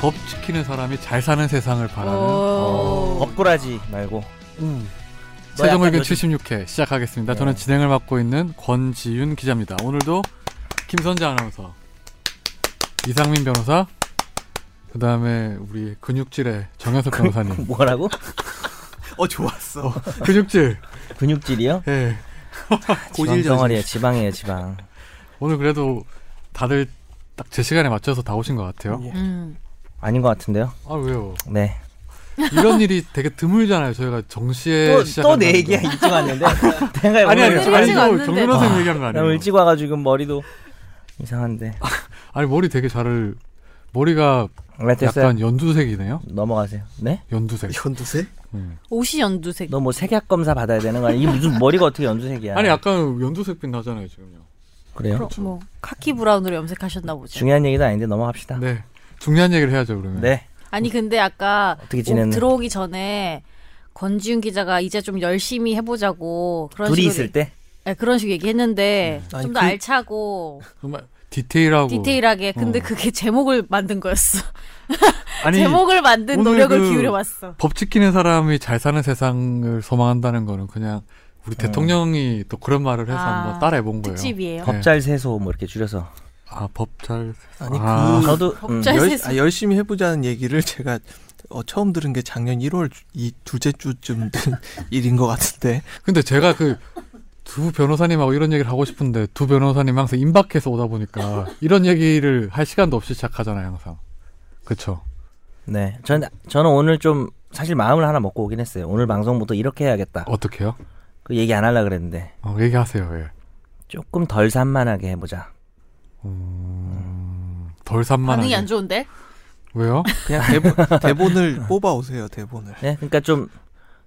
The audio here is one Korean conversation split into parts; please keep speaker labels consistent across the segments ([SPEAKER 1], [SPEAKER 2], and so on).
[SPEAKER 1] 법 지키는 사람이 잘 사는 세상을 바라는
[SPEAKER 2] 어.
[SPEAKER 3] 업꾸라지 말고.
[SPEAKER 1] 음.
[SPEAKER 3] 너 약간
[SPEAKER 1] 최종 의견
[SPEAKER 3] 요즘-
[SPEAKER 1] 76회 시작하겠습니다.
[SPEAKER 3] 네.
[SPEAKER 1] 저는 진행을 맡고 있는 권지윤 기자입니다. 오늘도 김선재 아나운서, 이상민 변호사, 그 다음에 우리 근육질의 정현석 변호사님.
[SPEAKER 3] 뭐라고?
[SPEAKER 2] 어 좋았어.
[SPEAKER 1] 근육질.
[SPEAKER 3] 근육질이요?
[SPEAKER 1] 예.
[SPEAKER 3] 지방
[SPEAKER 2] 고질적인.
[SPEAKER 3] 덩어리에요. 지방이에요, 지방.
[SPEAKER 1] 오늘 그래도 다들 딱 제 시간에 맞춰서 다 오신 것 같아요.
[SPEAKER 4] 예.
[SPEAKER 2] 음.
[SPEAKER 3] 아닌 것 같은데요?
[SPEAKER 1] 아 왜요?
[SPEAKER 3] 네.
[SPEAKER 1] 이런 일이 되게 드물잖아요. 저희가 네, 정시에
[SPEAKER 3] 또
[SPEAKER 1] 시작한다는
[SPEAKER 3] 내
[SPEAKER 1] 게.
[SPEAKER 3] 얘기야 일찍 왔는데. 내가
[SPEAKER 1] 아니 아니
[SPEAKER 3] 오늘-
[SPEAKER 1] 아니
[SPEAKER 4] 일찍
[SPEAKER 1] 저
[SPEAKER 4] 왔는데.
[SPEAKER 1] 정변호사님 얘기한 거
[SPEAKER 3] 나
[SPEAKER 1] 아니에요?
[SPEAKER 3] 오늘 일찍 와가지고 지금 머리도 이상한데.
[SPEAKER 1] 아니 머리 되게 잘 머리가
[SPEAKER 3] 네 됐어요.
[SPEAKER 1] 약간 연두색이네요.
[SPEAKER 3] 넘어가세요. 네?
[SPEAKER 1] 연두색.
[SPEAKER 2] 현두색?
[SPEAKER 1] 음.
[SPEAKER 4] 옷이 연두색.
[SPEAKER 3] 너 뭐 색약 검사 받아야 되는 거 아니야? 이게 무슨 머리가 어떻게 연두색이야?
[SPEAKER 1] 아니 약간 연두색빛 나잖아요 지금요.
[SPEAKER 3] 그래요?
[SPEAKER 4] 그럼 뭐 카키 브라운으로 염색하셨나 보죠.
[SPEAKER 3] 그렇죠. 중요한 얘기도 아닌데 넘어갑시다. 네.
[SPEAKER 1] 네. 중요한 얘기를 해야죠 그러면.
[SPEAKER 4] 아니 근데 아까
[SPEAKER 3] 어떻게
[SPEAKER 4] 옷
[SPEAKER 3] 지냈나?
[SPEAKER 4] 들어오기 전에 권지윤 기자가 이제 좀 열심히 해보자고 그런
[SPEAKER 3] 둘이
[SPEAKER 4] 식으로
[SPEAKER 3] 있을 때 음.
[SPEAKER 4] 네, 그런 식으로 얘기했는데
[SPEAKER 2] 아니,
[SPEAKER 4] 좀 더
[SPEAKER 2] 그-
[SPEAKER 4] 알차고
[SPEAKER 1] 정말 디테일하고.
[SPEAKER 4] 디테일하게 근데
[SPEAKER 1] 어.
[SPEAKER 4] 그게 제목을 만든 거였어.
[SPEAKER 1] 아니
[SPEAKER 4] 제목을 만든
[SPEAKER 1] 오늘
[SPEAKER 4] 노력을
[SPEAKER 1] 그-
[SPEAKER 4] 기울여봤어.
[SPEAKER 1] 법 지키는 사람이 잘 사는 세상을 소망한다는 거는 그냥
[SPEAKER 3] 음.
[SPEAKER 1] 우리 대통령이 또 그런 말을 해서
[SPEAKER 4] 아,
[SPEAKER 1] 한번 따라해 본 거예요. 네.
[SPEAKER 4] 특집이에요.
[SPEAKER 3] 법잘 세소 뭐 이렇게 줄여서.
[SPEAKER 1] 아 법잘.
[SPEAKER 2] 아니
[SPEAKER 1] 아.
[SPEAKER 2] 그
[SPEAKER 3] 저도 음,
[SPEAKER 4] 법잘
[SPEAKER 2] 열,
[SPEAKER 4] 세수.
[SPEAKER 2] 아, 열심히 해보자는 얘기를 제가 어, 처음 들은 게 작년 1월 주- 이 둘째 주쯤 된 일인 것 같은데
[SPEAKER 1] 근데 제가 그. 두 변호사님하고 이런 얘기를 하고 싶은데 두 변호사님 항상 임박해서 오다 보니까 이런 얘기를 할 시간도 없이 시작하잖아요 항상 그쵸
[SPEAKER 3] 네. 전 저는 오늘 좀 사실 마음을 하나 먹고 오긴 했어요. 오늘 방송부터 이렇게 해야겠다.
[SPEAKER 1] 어떻게요?
[SPEAKER 3] 그 얘기 안 하려 그랬는데
[SPEAKER 1] 어, 얘기하세요 예.
[SPEAKER 3] 조금 덜 산만하게 해보자.
[SPEAKER 1] 덜 산만하게
[SPEAKER 4] 반응이 안 좋은데?
[SPEAKER 1] 왜요?
[SPEAKER 2] 그냥 대본, 대본을 뽑아오세요 대본을
[SPEAKER 3] 네. 그러니까 좀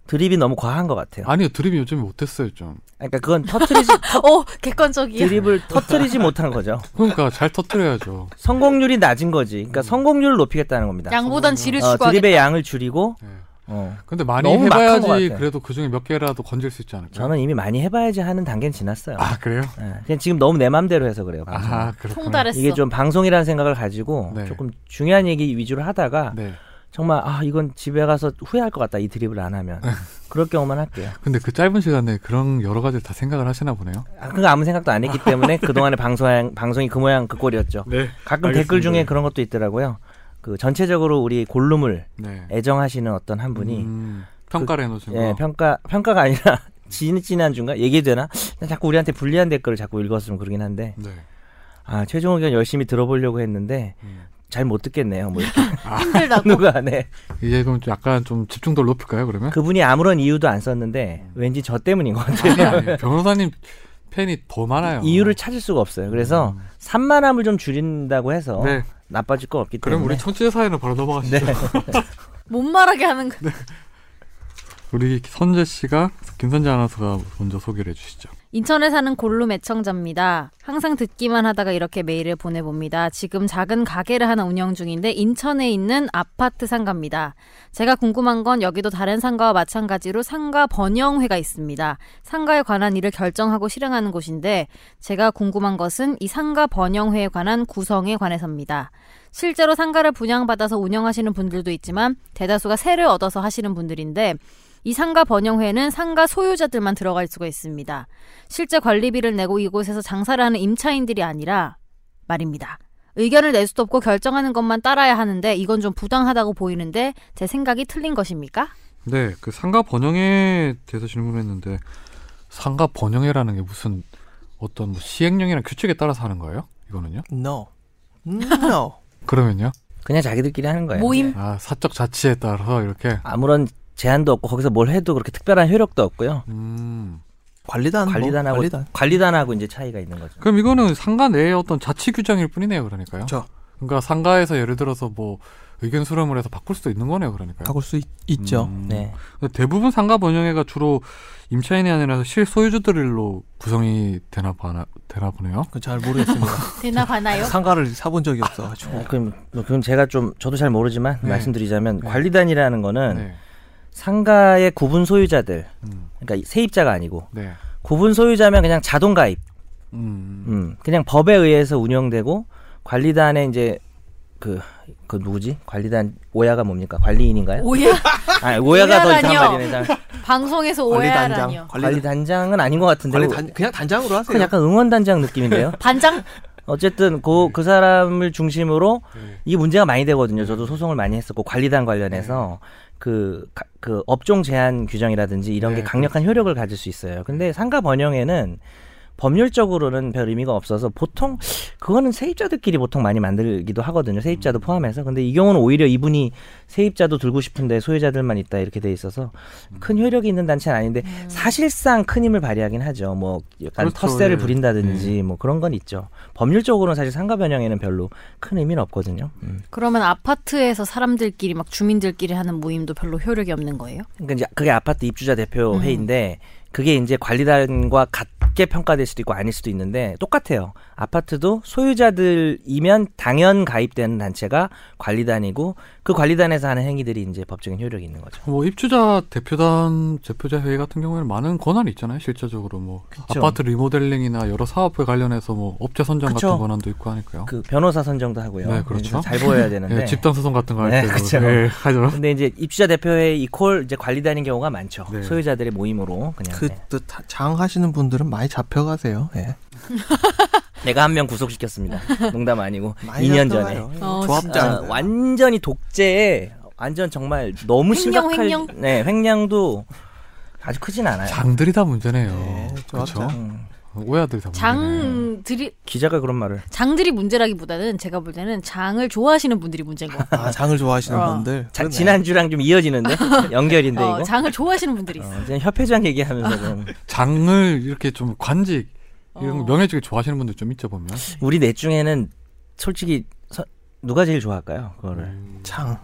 [SPEAKER 3] 드립이 너무 과한 것 같아요.
[SPEAKER 1] 아니요 드립이 요즘 못했어요 좀
[SPEAKER 3] 그러니까 그건 터트리지
[SPEAKER 4] 어 객관적이야.
[SPEAKER 3] 드립을 터트리지 못한 거죠.
[SPEAKER 1] 그러니까 잘 터뜨려야죠
[SPEAKER 3] 성공률이 낮은 거지. 그러니까 성공률을 높이겠다는 겁니다.
[SPEAKER 4] 양보단 질을
[SPEAKER 3] 어,
[SPEAKER 4] 추구하게.
[SPEAKER 3] 드립의 양을 줄이고
[SPEAKER 1] 예.
[SPEAKER 3] 어.
[SPEAKER 1] 근데 많이
[SPEAKER 3] 너무 막한 것
[SPEAKER 1] 해봐야지
[SPEAKER 3] 같아요.
[SPEAKER 1] 그래도 그중에 몇 개라도 건질 수 있지 않을까요?
[SPEAKER 3] 저는 이미 많이 해봐야지 하는 단계는 지났어요.
[SPEAKER 1] 아 그래요?
[SPEAKER 3] 예, 그냥 지금 너무 내 맘대로 해서 그래요. 방송.
[SPEAKER 1] 아 그렇구나
[SPEAKER 4] 통달했어.
[SPEAKER 3] 이게 좀 방송이라는 생각을 가지고
[SPEAKER 1] 네.
[SPEAKER 3] 조금 중요한 얘기 위주로 하다가
[SPEAKER 1] 네.
[SPEAKER 3] 정말 아 이건 집에 가서 후회할 것 같다 이 드립을 안 하면 그럴 경우만 할게요.
[SPEAKER 1] 근데 그 짧은 시간에 그런 여러 가지를 다 생각을 하시나 보네요
[SPEAKER 3] 아, 그거 아무 생각도 안 했기 때문에 그 동안의 방송 방송이 그 모양 그 꼴이었죠.
[SPEAKER 1] 네
[SPEAKER 3] 가끔
[SPEAKER 1] 알겠습니다.
[SPEAKER 3] 댓글 중에 그런 것도 있더라고요. 그 전체적으로 우리 골룸을
[SPEAKER 1] 네.
[SPEAKER 3] 애정하시는 어떤 한 분이
[SPEAKER 1] 음, 평가를 해놓으신
[SPEAKER 3] 예,
[SPEAKER 1] 거
[SPEAKER 3] 평가 평가가 아니라 진 진한 중가 얘기해 되나? 자꾸 우리한테 불리한 댓글을 자꾸 읽었으면 그러긴 한데
[SPEAKER 1] 네.
[SPEAKER 3] 아 최종 의견 열심히 들어보려고 했는데
[SPEAKER 1] 음.
[SPEAKER 3] 잘 못 듣겠네요. 뭐 이렇게
[SPEAKER 4] 힘들다고.
[SPEAKER 3] 누가 네
[SPEAKER 1] 이제 그럼 좀 약간 좀 집중도를 높일까요 그러면?
[SPEAKER 3] 그분이 아무런 이유도 안
[SPEAKER 1] 음.
[SPEAKER 3] 썼는데 왠지 저 때문인 것 같아요.
[SPEAKER 1] 네, 아니, 아니, 변호사님 팬이 더 많아요
[SPEAKER 3] 이유를 찾을 수가 없어요. 그래서 산만함을 좀 줄인다고 해서
[SPEAKER 1] 음. 네
[SPEAKER 3] 나빠질 거 없기
[SPEAKER 1] 그럼
[SPEAKER 3] 때문에
[SPEAKER 1] 우리 청취자 사연으로 바로 넘어가시죠
[SPEAKER 3] 네.
[SPEAKER 4] 못 말하게 하는 거.
[SPEAKER 1] 우리 선재 씨가 김선재 아나운서가 먼저 소개를 해주시죠.
[SPEAKER 4] 인천에 사는 골룸 애청자입니다. 항상 듣기만 하다가 이렇게 메일을 보내봅니다. 지금 작은 가게를 하나 운영 중인데 인천에 있는 아파트 상가입니다. 제가 궁금한 건 여기도 다른 상가와 마찬가지로 상가 번영회가 있습니다. 상가에 관한 일을 결정하고 실행하는 곳인데 제가 궁금한 것은 이 상가 번영회에 관한 구성에 관해서입니다. 실제로 상가를 분양받아서 운영하시는 분들도 있지만 대다수가 세를 얻어서 하시는 분들인데 이 상가 번영회는 상가 소유자들만 들어갈 수가 있습니다. 실제 관리비를 내고 이곳에서 장사를 하는 임차인들이 아니라 말입니다. 의견을 낼 수도 없고 결정하는 것만 따라야 하는데 이건 좀 부당하다고 보이는데 제 생각이 틀린 것입니까?
[SPEAKER 1] 네, 그 상가 번영에 대해서 질문했는데 상가 번영회라는 게 무슨 어떤 뭐 시행령이나 규칙에 따라서 하는 거예요? 이거는요?
[SPEAKER 2] No No
[SPEAKER 1] 그러면요?
[SPEAKER 3] 그냥 자기들끼리 하는 거예요.
[SPEAKER 4] 모임
[SPEAKER 1] 아 사적 자치에 따라서 이렇게
[SPEAKER 3] 아무런 제한도 없고 거기서 뭘 해도 그렇게 특별한 효력도 없고요.
[SPEAKER 1] 음
[SPEAKER 2] 관리단
[SPEAKER 3] 관리단하고
[SPEAKER 2] 뭐, 관리단
[SPEAKER 3] 관리단하고 이제 차이가 있는 거죠.
[SPEAKER 1] 그럼 이거는 상가 내의 어떤 자치 규정일 뿐이네요, 그러니까요.
[SPEAKER 2] 그쵸.
[SPEAKER 1] 그러니까 상가에서 예를 들어서 뭐 의견 수렴을 해서 바꿀 수도 있는 거네요, 그러니까요.
[SPEAKER 2] 바꿀 수 있, 있죠
[SPEAKER 1] 음.
[SPEAKER 3] 네.
[SPEAKER 1] 근데 대부분 상가 번영회가 주로 임차인이 아니라 실소유주들로 구성이 되나 봐 되나 보네요.
[SPEAKER 2] 그건 잘 모르겠습니다
[SPEAKER 4] 되나 봐나요?
[SPEAKER 2] 상가를 사본 적이 없어가지고
[SPEAKER 3] 어, 그럼 그럼 제가 좀 저도 잘 모르지만
[SPEAKER 1] 네.
[SPEAKER 3] 말씀드리자면
[SPEAKER 1] 네.
[SPEAKER 3] 관리단이라는 거는
[SPEAKER 1] 네.
[SPEAKER 3] 상가의 구분 소유자들
[SPEAKER 1] 음.
[SPEAKER 3] 그러니까 세입자가 아니고
[SPEAKER 1] 네.
[SPEAKER 3] 구분 소유자면 그냥 자동 가입.
[SPEAKER 1] 음.
[SPEAKER 3] 음. 그냥 법에 의해서 운영되고 관리단의 이제 그 그 누구지? 관리단 오야가 뭡니까? 관리인인가요?
[SPEAKER 4] 오야
[SPEAKER 3] 아니 오야가 더 이상한
[SPEAKER 4] 오야라뇨.
[SPEAKER 3] 말이네. 자,
[SPEAKER 4] 방송에서 오야라니요.
[SPEAKER 2] 관리단장 관리
[SPEAKER 3] 관리단장은 아닌 것 같은데.
[SPEAKER 2] 어, 관리 단 그냥 단장으로 하세요.
[SPEAKER 3] 약간 약간 응원단장 느낌인데요.
[SPEAKER 4] 반장
[SPEAKER 3] 어쨌든 그, 그 사람을 중심으로 이 문제가 많이 되거든요. 저도 소송을 많이 했었고 관리단 관련해서 그, 가- 그 업종 제한 규정이라든지 이런
[SPEAKER 1] 네,
[SPEAKER 3] 게 강력한 효력을 가질 수 있어요. 근데 상가 번영에는 법률적으로는 별 의미가 없어서 보통 그거는 세입자들끼리 보통 많이 만들기도 하거든요. 세입자도 포함해서. 근데 이 경우는 오히려 이분이 세입자도 들고 싶은데 소유자들만 있다 이렇게 돼 있어서 큰 효력이 있는 단체는 아닌데 사실상 큰 힘을 발휘하긴 하죠. 뭐 약간
[SPEAKER 1] 그렇죠.
[SPEAKER 3] 텃세를
[SPEAKER 1] 예.
[SPEAKER 3] 부린다든지 뭐 그런 건 있죠. 법률적으로는 사실 상가 변형에는 별로 큰 의미는 없거든요. 음.
[SPEAKER 4] 그러면 아파트에서 사람들끼리 막 주민들끼리 하는 모임도 별로 효력이 없는 거예요?
[SPEAKER 3] 그러니까 이제 그게 아파트 입주자 대표 회의인데 그게 이제 관리단과 같게 평가될 수도 있고 아닐 수도 있는데 똑같아요. 아파트도 소유자들이면 당연 가입되는 단체가 관리단이고 그 관리단에서 하는 행위들이 이제 법적인 효력이 있는 거죠.
[SPEAKER 1] 뭐 입주자 대표단 대표자 회의 같은 경우에는 많은 권한이 있잖아요. 실제적으로 뭐
[SPEAKER 3] 그쵸.
[SPEAKER 1] 아파트 리모델링이나 여러 사업에 관련해서 뭐 업체 선정
[SPEAKER 3] 그쵸.
[SPEAKER 1] 같은 권한도 있고 하니까요.
[SPEAKER 3] 그 변호사 선정도 하고요.
[SPEAKER 1] 네, 그렇죠.
[SPEAKER 3] 잘 보여야 되는데.
[SPEAKER 1] 예, 집단 소송 같은 거 할
[SPEAKER 3] 네,
[SPEAKER 1] 때도
[SPEAKER 3] 그쵸. 네.
[SPEAKER 1] 예, 하죠.
[SPEAKER 3] 근데 이제 입주자 대표회 이퀄 이제 관리단인 경우가 많죠.
[SPEAKER 1] 네.
[SPEAKER 3] 소유자들의 모임으로 그냥 네.
[SPEAKER 2] 그장 하시는 분들은 많이 잡혀가세요. 예.
[SPEAKER 3] 내가 한 명 구속시켰습니다. 농담 아니고
[SPEAKER 2] 많이
[SPEAKER 3] 2년 전에
[SPEAKER 2] 잡혀가요. 예.
[SPEAKER 4] 어,
[SPEAKER 2] 조합장
[SPEAKER 3] 아, 완전히 독재에 완전 정말 너무
[SPEAKER 4] 횡령,
[SPEAKER 3] 심각할
[SPEAKER 4] 횡령?
[SPEAKER 3] 네 횡령도 아주 크진 않아요.
[SPEAKER 1] 장들이 다 문제네요.
[SPEAKER 2] 네,
[SPEAKER 1] 그렇죠.
[SPEAKER 2] 조합장.
[SPEAKER 3] 음,
[SPEAKER 1] 오야들이 다 문제네요.
[SPEAKER 4] 장들이
[SPEAKER 3] 기자가 그런 말을
[SPEAKER 4] 장들이 문제라기보다는 제가 볼 때는 장을 좋아하시는 분들이 문제인 것 같아요.
[SPEAKER 2] 아 장을 좋아하시는
[SPEAKER 4] 어.
[SPEAKER 2] 분들.
[SPEAKER 3] 자,
[SPEAKER 2] 그러네.
[SPEAKER 3] 지난주랑 좀 이어지는데 연결인데
[SPEAKER 4] 어,
[SPEAKER 3] 이거
[SPEAKER 4] 장을 좋아하시는 분들이 있어.
[SPEAKER 3] 어, 그냥 협회장 얘기하면서 그럼
[SPEAKER 1] 장을 이렇게 좀 관직 이런
[SPEAKER 4] 어.
[SPEAKER 1] 거 명예직을 좋아하시는 분들 좀 있죠 보면.
[SPEAKER 3] 우리 넷 중에는 솔직히 서- 누가 제일 좋아할까요
[SPEAKER 1] 네.
[SPEAKER 3] 그거를?
[SPEAKER 1] 음.
[SPEAKER 4] 음.
[SPEAKER 2] 장.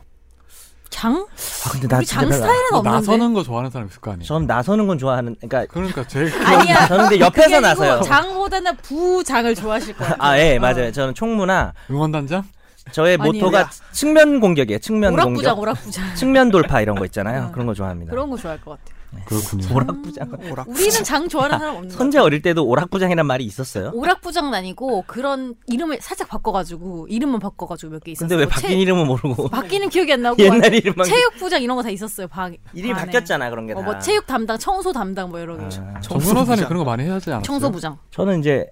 [SPEAKER 4] 장?
[SPEAKER 3] 아 근데 나
[SPEAKER 4] 우리
[SPEAKER 3] 진짜
[SPEAKER 4] 장
[SPEAKER 3] 별로 안-
[SPEAKER 4] 스타일은 없는데.
[SPEAKER 1] 뭐 나서는 거 좋아하는 사람 있을 거 아니에요.
[SPEAKER 3] 전 나서는 건 좋아하는 그러니까
[SPEAKER 1] 그러니까 제일
[SPEAKER 4] 아니야.
[SPEAKER 3] 저는 근데
[SPEAKER 4] 그게
[SPEAKER 3] 옆에서
[SPEAKER 4] 아니고
[SPEAKER 3] 나서요.
[SPEAKER 4] 장보다는 부장을 좋아하실 거예요.
[SPEAKER 3] 아, 예, 맞아요. 저는 총무나
[SPEAKER 1] 응원단장?
[SPEAKER 3] 저의
[SPEAKER 4] 아니에요.
[SPEAKER 3] 모토가 측면 공격이에요. 측면
[SPEAKER 4] 오락부장,
[SPEAKER 3] 공격.
[SPEAKER 4] 오락부장.
[SPEAKER 3] 측면 돌파 이런 거 있잖아요.
[SPEAKER 4] 어.
[SPEAKER 3] 그런 거 좋아합니다.
[SPEAKER 4] 그런 거 좋아할 것 같아요.
[SPEAKER 3] 네.
[SPEAKER 1] 그렇군요.
[SPEAKER 3] 오락부장.
[SPEAKER 2] 오락.
[SPEAKER 4] 우리는 장 좋아하는 사람 없는 거
[SPEAKER 3] 선재 어릴 때도 오락부장이란 말이 있었어요.
[SPEAKER 4] 오락부장 아니고 그런 이름을 살짝 바꿔가지고 이름만 바꿔가지고 몇 개 있었어요.
[SPEAKER 3] 근데 왜
[SPEAKER 4] 뭐
[SPEAKER 3] 바뀐
[SPEAKER 4] 체-
[SPEAKER 3] 이름은 모르고
[SPEAKER 4] 바뀌는 기억이 안 나고
[SPEAKER 3] 옛날 이름만
[SPEAKER 4] 체육부장 이런 거 다 있었어요. 방
[SPEAKER 3] 이름이
[SPEAKER 4] 방에.
[SPEAKER 3] 바뀌었잖아 그런 게 다.
[SPEAKER 4] 어, 뭐 체육 담당, 청소 담당 뭐 이런 거.
[SPEAKER 3] 아,
[SPEAKER 1] 정 변호사님 그런 거 많이 해야지 않았어요?
[SPEAKER 4] 청소부장.
[SPEAKER 3] 저는 이제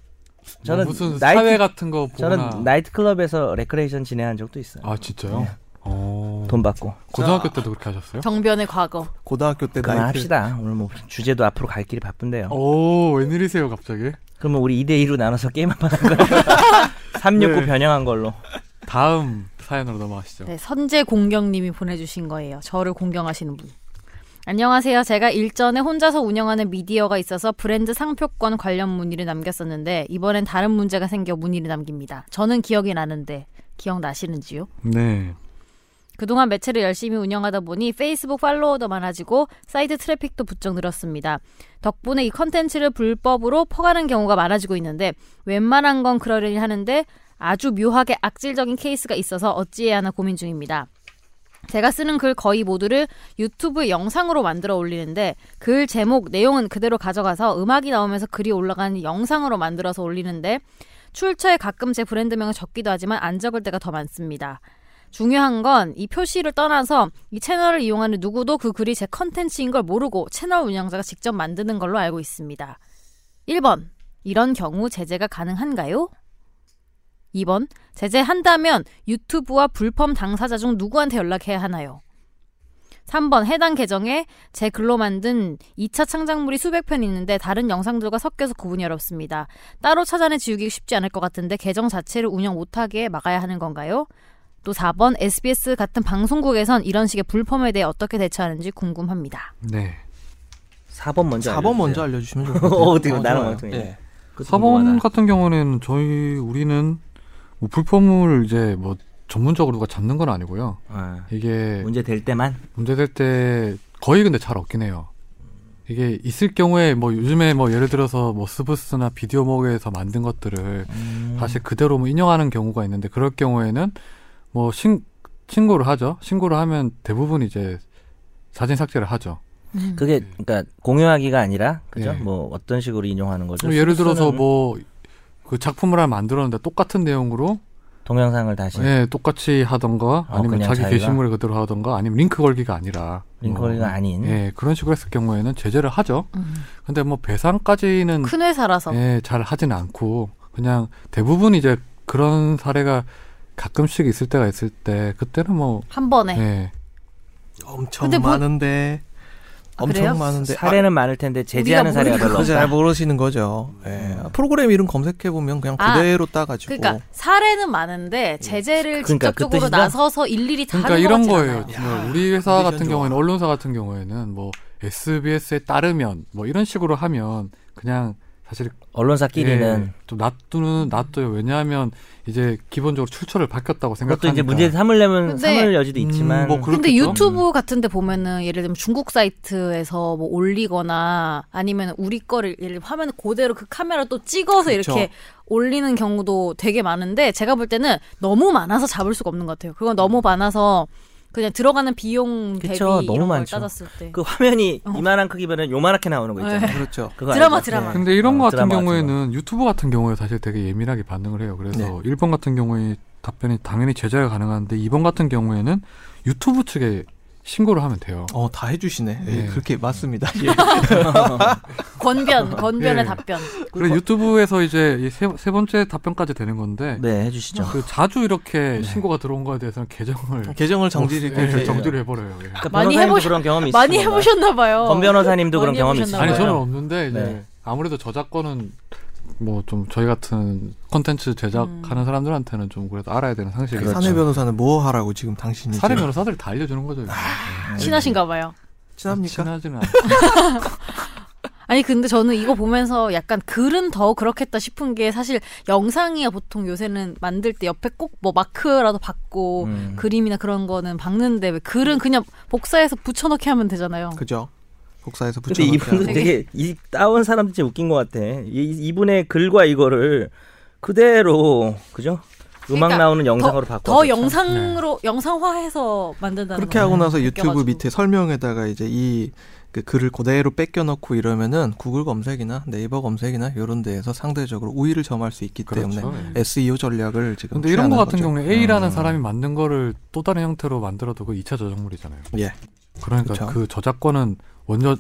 [SPEAKER 3] 저는
[SPEAKER 1] 뭐 무슨
[SPEAKER 3] 나이트
[SPEAKER 1] 사회 같은 거 보거나.
[SPEAKER 3] 저는 나이트클럽에서 레크레이션 진행한 적도 있어요.
[SPEAKER 1] 아 진짜요? 어.
[SPEAKER 3] 돈 받고.
[SPEAKER 1] 고등학교 때도 그렇게 하셨어요?
[SPEAKER 4] 정변의 과거.
[SPEAKER 2] 고등학교 때
[SPEAKER 3] 그만
[SPEAKER 2] 나이트.
[SPEAKER 3] 합시다. 오늘 뭐 주제도 앞으로 갈 길이 바쁜데요.
[SPEAKER 1] 어. 오 웬일이세요 갑자기?
[SPEAKER 3] 그러면 우리 2대 2로 나눠서 게임 한번 하는 걸로. 369
[SPEAKER 1] 네.
[SPEAKER 3] 변형한 걸로.
[SPEAKER 1] 다음 사연으로 넘어가시죠.
[SPEAKER 4] 네, 선재 공경님이 보내주신 거예요. 저를 공경하시는 분. 안녕하세요. 제가 일전에 혼자서 운영하는 미디어가 있어서 브랜드 상표권 관련 문의를 남겼었는데 이번엔 다른 문제가 생겨 문의를 남깁니다. 저는 기억이 나는데 기억나시는지요?
[SPEAKER 1] 네.
[SPEAKER 4] 그동안 매체를 열심히 운영하다 보니 페이스북 팔로워도 많아지고 사이트 트래픽도 부쩍 늘었습니다. 덕분에 이 컨텐츠를 불법으로 퍼가는 경우가 많아지고 있는데 웬만한 건 그러려니 하는데 아주 묘하게 악질적인 케이스가 있어서 어찌해야 하나 고민 중입니다. 제가 쓰는 글 거의 모두를 유튜브 영상으로 만들어 올리는데 글 제목 내용은 그대로 가져가서 음악이 나오면서 글이 올라가는 영상으로 만들어서 올리는데 출처에 가끔 제 브랜드명을 적기도 하지만 안 적을 때가 더 많습니다. 중요한 건 이 표시를 떠나서 이 채널을 이용하는 누구도 그 글이 제 컨텐츠인 걸 모르고 채널 운영자가 직접 만드는 걸로 알고 있습니다. 1번. 이런 경우 제재가 가능한가요? 2번. 제재한다면 유튜브와 불펌 당사자 중 누구한테 연락해야 하나요? 3번. 해당 계정에 제 글로 만든 2차 창작물이 수백 편 있는데 다른 영상들과 섞여서 구분이 어렵습니다. 따로 찾아내 지우기 쉽지 않을 것 같은데 계정 자체를 운영 못하게 막아야 하는 건가요? 또 4번 SBS 같은 방송국에선 이런 식의 불펌에 대해 어떻게 대처하는지 궁금합니다.
[SPEAKER 1] 네.
[SPEAKER 3] 4번 먼저.
[SPEAKER 2] 4번 먼저
[SPEAKER 3] 알려주세요.
[SPEAKER 2] 알려주시면 좋을 것 같아요.
[SPEAKER 3] 어, 어떻게 나랑
[SPEAKER 2] 좋아요.
[SPEAKER 3] 어떻게.
[SPEAKER 2] 예.
[SPEAKER 3] 그거 궁금하다.
[SPEAKER 1] 사범 같은 경우는 저희 우리는 뭐 불법을 이제 뭐 전문적으로 누가 잡는 건 아니고요.
[SPEAKER 3] 아,
[SPEAKER 1] 이게
[SPEAKER 3] 문제 될 때만
[SPEAKER 1] 문제될 때 거의 근데 잘 없긴 해요. 이게 있을 경우에 뭐 요즘에 뭐 예를 들어서 뭐 스브스나 비디오 먹에서 만든 것들을 다시 그대로 뭐 인용하는 경우가 있는데 그럴 경우에는 뭐 신, 신고를 하죠. 신고를 하면 대부분 이제 사진 삭제를 하죠.
[SPEAKER 3] 그게 그러니까 공유하기가 아니라 그죠?
[SPEAKER 1] 예.
[SPEAKER 3] 뭐 어떤
[SPEAKER 1] 뭐
[SPEAKER 3] 식으로 인용하는 거죠?
[SPEAKER 1] 예를 들어서
[SPEAKER 3] 쓰는
[SPEAKER 1] 뭐 그 작품을 하나 만들었는데 똑같은 내용으로
[SPEAKER 3] 동영상을 다시
[SPEAKER 1] 예, 똑같이 하던가
[SPEAKER 3] 네. 어,
[SPEAKER 1] 아니면
[SPEAKER 3] 그냥
[SPEAKER 1] 자기
[SPEAKER 3] 자기가?
[SPEAKER 1] 게시물에 그대로 하던가 아니면 링크 걸기가 아니라
[SPEAKER 3] 링크가
[SPEAKER 1] 뭐,
[SPEAKER 3] 아닌
[SPEAKER 1] 예, 그런 식으로 했을 경우에는 제재를 하죠.
[SPEAKER 4] 음.
[SPEAKER 1] 근데 뭐 배상까지는
[SPEAKER 4] 큰 회사라서
[SPEAKER 1] 예, 잘 하진 않고 그냥 대부분 이제 그런 사례가 가끔씩 있을 때가 있을 때 그때는 뭐
[SPEAKER 4] 한 번에
[SPEAKER 1] 예.
[SPEAKER 2] 엄청
[SPEAKER 4] 근데 뭐-
[SPEAKER 2] 많은데
[SPEAKER 4] 아,
[SPEAKER 2] 엄청
[SPEAKER 4] 그래요?
[SPEAKER 2] 많은데
[SPEAKER 3] 사례는 많을 텐데 제재하는 사례가 별로
[SPEAKER 2] 그거 잘
[SPEAKER 3] 없다.
[SPEAKER 2] 모르시는 거죠. 예.
[SPEAKER 3] 음.
[SPEAKER 2] 프로그램 이름 검색해 보면 그냥
[SPEAKER 4] 아,
[SPEAKER 2] 그대로 따가지고
[SPEAKER 1] 어.
[SPEAKER 4] 그러니까 사례는 많은데 제재를
[SPEAKER 3] 그러니까 그
[SPEAKER 4] 직접적으로
[SPEAKER 3] 뜻이다?
[SPEAKER 4] 나서서 일일이 다
[SPEAKER 1] 그러니까
[SPEAKER 4] 하는
[SPEAKER 1] 이런
[SPEAKER 4] 것 같진
[SPEAKER 1] 거예요.
[SPEAKER 4] 않아요.
[SPEAKER 1] 정말
[SPEAKER 2] 야,
[SPEAKER 1] 우리 회사
[SPEAKER 2] 컨디션
[SPEAKER 1] 같은
[SPEAKER 2] 좋아.
[SPEAKER 1] 경우에는 언론사 같은 경우에는 뭐 SBS에 따르면 뭐 이런 식으로 하면 그냥 사실
[SPEAKER 3] 언론사끼리는
[SPEAKER 1] 예, 좀 놔두는 놔둬요. 왜냐하면 이제 기본적으로 출처를 바뀌었다고
[SPEAKER 3] 그것도
[SPEAKER 1] 생각하니까.
[SPEAKER 3] 이제 문제 삼으려면
[SPEAKER 4] 근데-
[SPEAKER 3] 삼을 여지도
[SPEAKER 1] 음,
[SPEAKER 3] 있지만
[SPEAKER 1] 뭐 그렇-
[SPEAKER 4] 근데
[SPEAKER 1] 그렇겠죠.
[SPEAKER 3] 음.
[SPEAKER 4] 유튜브 같은데 보면은 예를 들면 중국 사이트에서 뭐 올리거나 아니면 우리 거를 예를 들면 화면 그대로 그 카메라 또 찍어서
[SPEAKER 2] 그쵸.
[SPEAKER 4] 이렇게 올리는 경우도 되게 많은데 제가 볼 때는 너무 많아서 잡을 수가 없는 것 같아요. 그건 너무 많아서 그냥 들어가는 비용 대비
[SPEAKER 3] 음. 그쵸, 너무
[SPEAKER 4] 이런 걸
[SPEAKER 3] 많죠.
[SPEAKER 4] 따졌을 때
[SPEAKER 3] 그 화면이 이만한 크기면은 요만하게 나오는 거 있잖아요.
[SPEAKER 2] 그렇죠.
[SPEAKER 3] 그거
[SPEAKER 4] 어. 네. 드라마,
[SPEAKER 3] 알죠?
[SPEAKER 4] 드라마.
[SPEAKER 1] 근데 이런
[SPEAKER 3] 어,
[SPEAKER 1] 거 같은
[SPEAKER 3] 드라마 같은
[SPEAKER 1] 경우에는 유튜브 같은 경우에 사실 되게 예민하게 반응을 해요. 그래서
[SPEAKER 2] 네.
[SPEAKER 1] 1번 같은 경우에 답변이 당연히 제재가 가능한데 2번 같은 경우에는 유튜브 측에 신고를 하면 돼요.
[SPEAKER 2] 어 다 해주시네. 예,
[SPEAKER 1] 예.
[SPEAKER 2] 그렇게 맞습니다.
[SPEAKER 3] 음.
[SPEAKER 4] 권변 권변의
[SPEAKER 1] 예.
[SPEAKER 4] 답변
[SPEAKER 3] 어,
[SPEAKER 1] 그래서 유튜브에서 이제 이 세, 세 번째 답변까지 되는 건데
[SPEAKER 3] 네, 해주시죠.
[SPEAKER 4] 어.
[SPEAKER 1] 그 자주 이렇게 신고가 들어온 거에 대해서는 계정을
[SPEAKER 2] 네. 아, 계정을 정지를
[SPEAKER 3] 어, 네.
[SPEAKER 2] 아,
[SPEAKER 1] 예,
[SPEAKER 2] 이렇게
[SPEAKER 1] 정지를 해버려요. 예.
[SPEAKER 3] 그러니까
[SPEAKER 4] 많이
[SPEAKER 3] 변호사님도
[SPEAKER 4] 해보셨-
[SPEAKER 3] 그런 경험이
[SPEAKER 4] 많이
[SPEAKER 3] 있으신가요?
[SPEAKER 4] 해보셨나 봐요.
[SPEAKER 3] 권 변호사님도 그런
[SPEAKER 4] 많이
[SPEAKER 3] 경험이
[SPEAKER 4] 해보셨나
[SPEAKER 3] 있으신가요?
[SPEAKER 1] 아니
[SPEAKER 4] 나와요.
[SPEAKER 1] 저는 없는데 이제
[SPEAKER 3] 네.
[SPEAKER 1] 아무래도 저작권은 뭐 좀 저희 같은 콘텐츠
[SPEAKER 4] 음.
[SPEAKER 1] 제작하는 사람들한테는 좀 그래도 알아야 되는 상식이
[SPEAKER 3] 그렇죠.
[SPEAKER 2] 사내 변호사는 뭐 하라고 지금 당신이
[SPEAKER 1] 사례
[SPEAKER 2] 지금
[SPEAKER 1] 변호사들이 다 알려주는 거죠. 이거.
[SPEAKER 4] 친하신가 봐요.
[SPEAKER 2] 아, 네. 친합니까?
[SPEAKER 1] 친하지는 않.
[SPEAKER 4] 아니 근데 저는 이거 보면서 약간 글은 더 그렇겠다 싶은 게 사실 영상이야 보통 요새는 만들 때 옆에 꼭 뭐 마크라도 받고
[SPEAKER 3] 음.
[SPEAKER 4] 그림이나 그런 거는 박는데 왜 글은 그냥 복사해서 붙여넣기 하면 되잖아요.
[SPEAKER 2] 그죠. 복사해서
[SPEAKER 4] 그
[SPEAKER 3] 근데
[SPEAKER 2] 붙여놓기
[SPEAKER 3] 이분도
[SPEAKER 2] 하고.
[SPEAKER 3] 되게 이 따온 사람 진짜 웃긴 것 같아. 이, 이분의 글과 이거를 그대로 그죠? 음악
[SPEAKER 4] 그러니까
[SPEAKER 3] 나오는 영상으로 바꿔.
[SPEAKER 4] 더 영상으로 영상화해서 만든다는
[SPEAKER 2] 네. 그렇게
[SPEAKER 4] 거예요.
[SPEAKER 2] 하고 나서 유튜브
[SPEAKER 4] 바뀌어가지고.
[SPEAKER 2] 밑에 설명에다가 이제 이 그 글을 그대로 뺏겨 넣고 이러면은 구글 검색이나 네이버 검색이나 이런 데에서 상대적으로 우위를 점할 수 있기
[SPEAKER 1] 그렇죠.
[SPEAKER 2] 때문에
[SPEAKER 1] 예.
[SPEAKER 2] SEO 전략을 지금
[SPEAKER 1] 근데 이런 거
[SPEAKER 2] 취하는
[SPEAKER 1] 같은
[SPEAKER 2] 네. 거죠. 음.
[SPEAKER 1] 경우에 A라는 사람이 만든 거를 또 다른 형태로 만들어도 그 2차 저작물이잖아요.
[SPEAKER 2] 예.
[SPEAKER 1] 그러니까
[SPEAKER 2] 그쵸.
[SPEAKER 1] 그 저작권은 먼저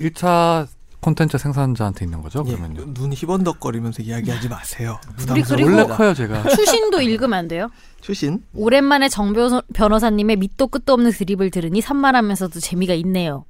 [SPEAKER 1] 1차 콘텐츠 생산자한테 있는 거죠.
[SPEAKER 2] 예,
[SPEAKER 1] 그러면요. 음.
[SPEAKER 2] 눈 희번덕거리면서 이야기하지 마세요.
[SPEAKER 4] 그리고-
[SPEAKER 1] 원래
[SPEAKER 2] 부담스러워.
[SPEAKER 1] 커요 제가.
[SPEAKER 4] 추신도 읽으면 안 돼요?
[SPEAKER 2] 출신
[SPEAKER 4] 오랜만에 정 변호- 변호사님의 밑도 끝도 없는 드립을 들으니 산만하면서도 재미가 있네요.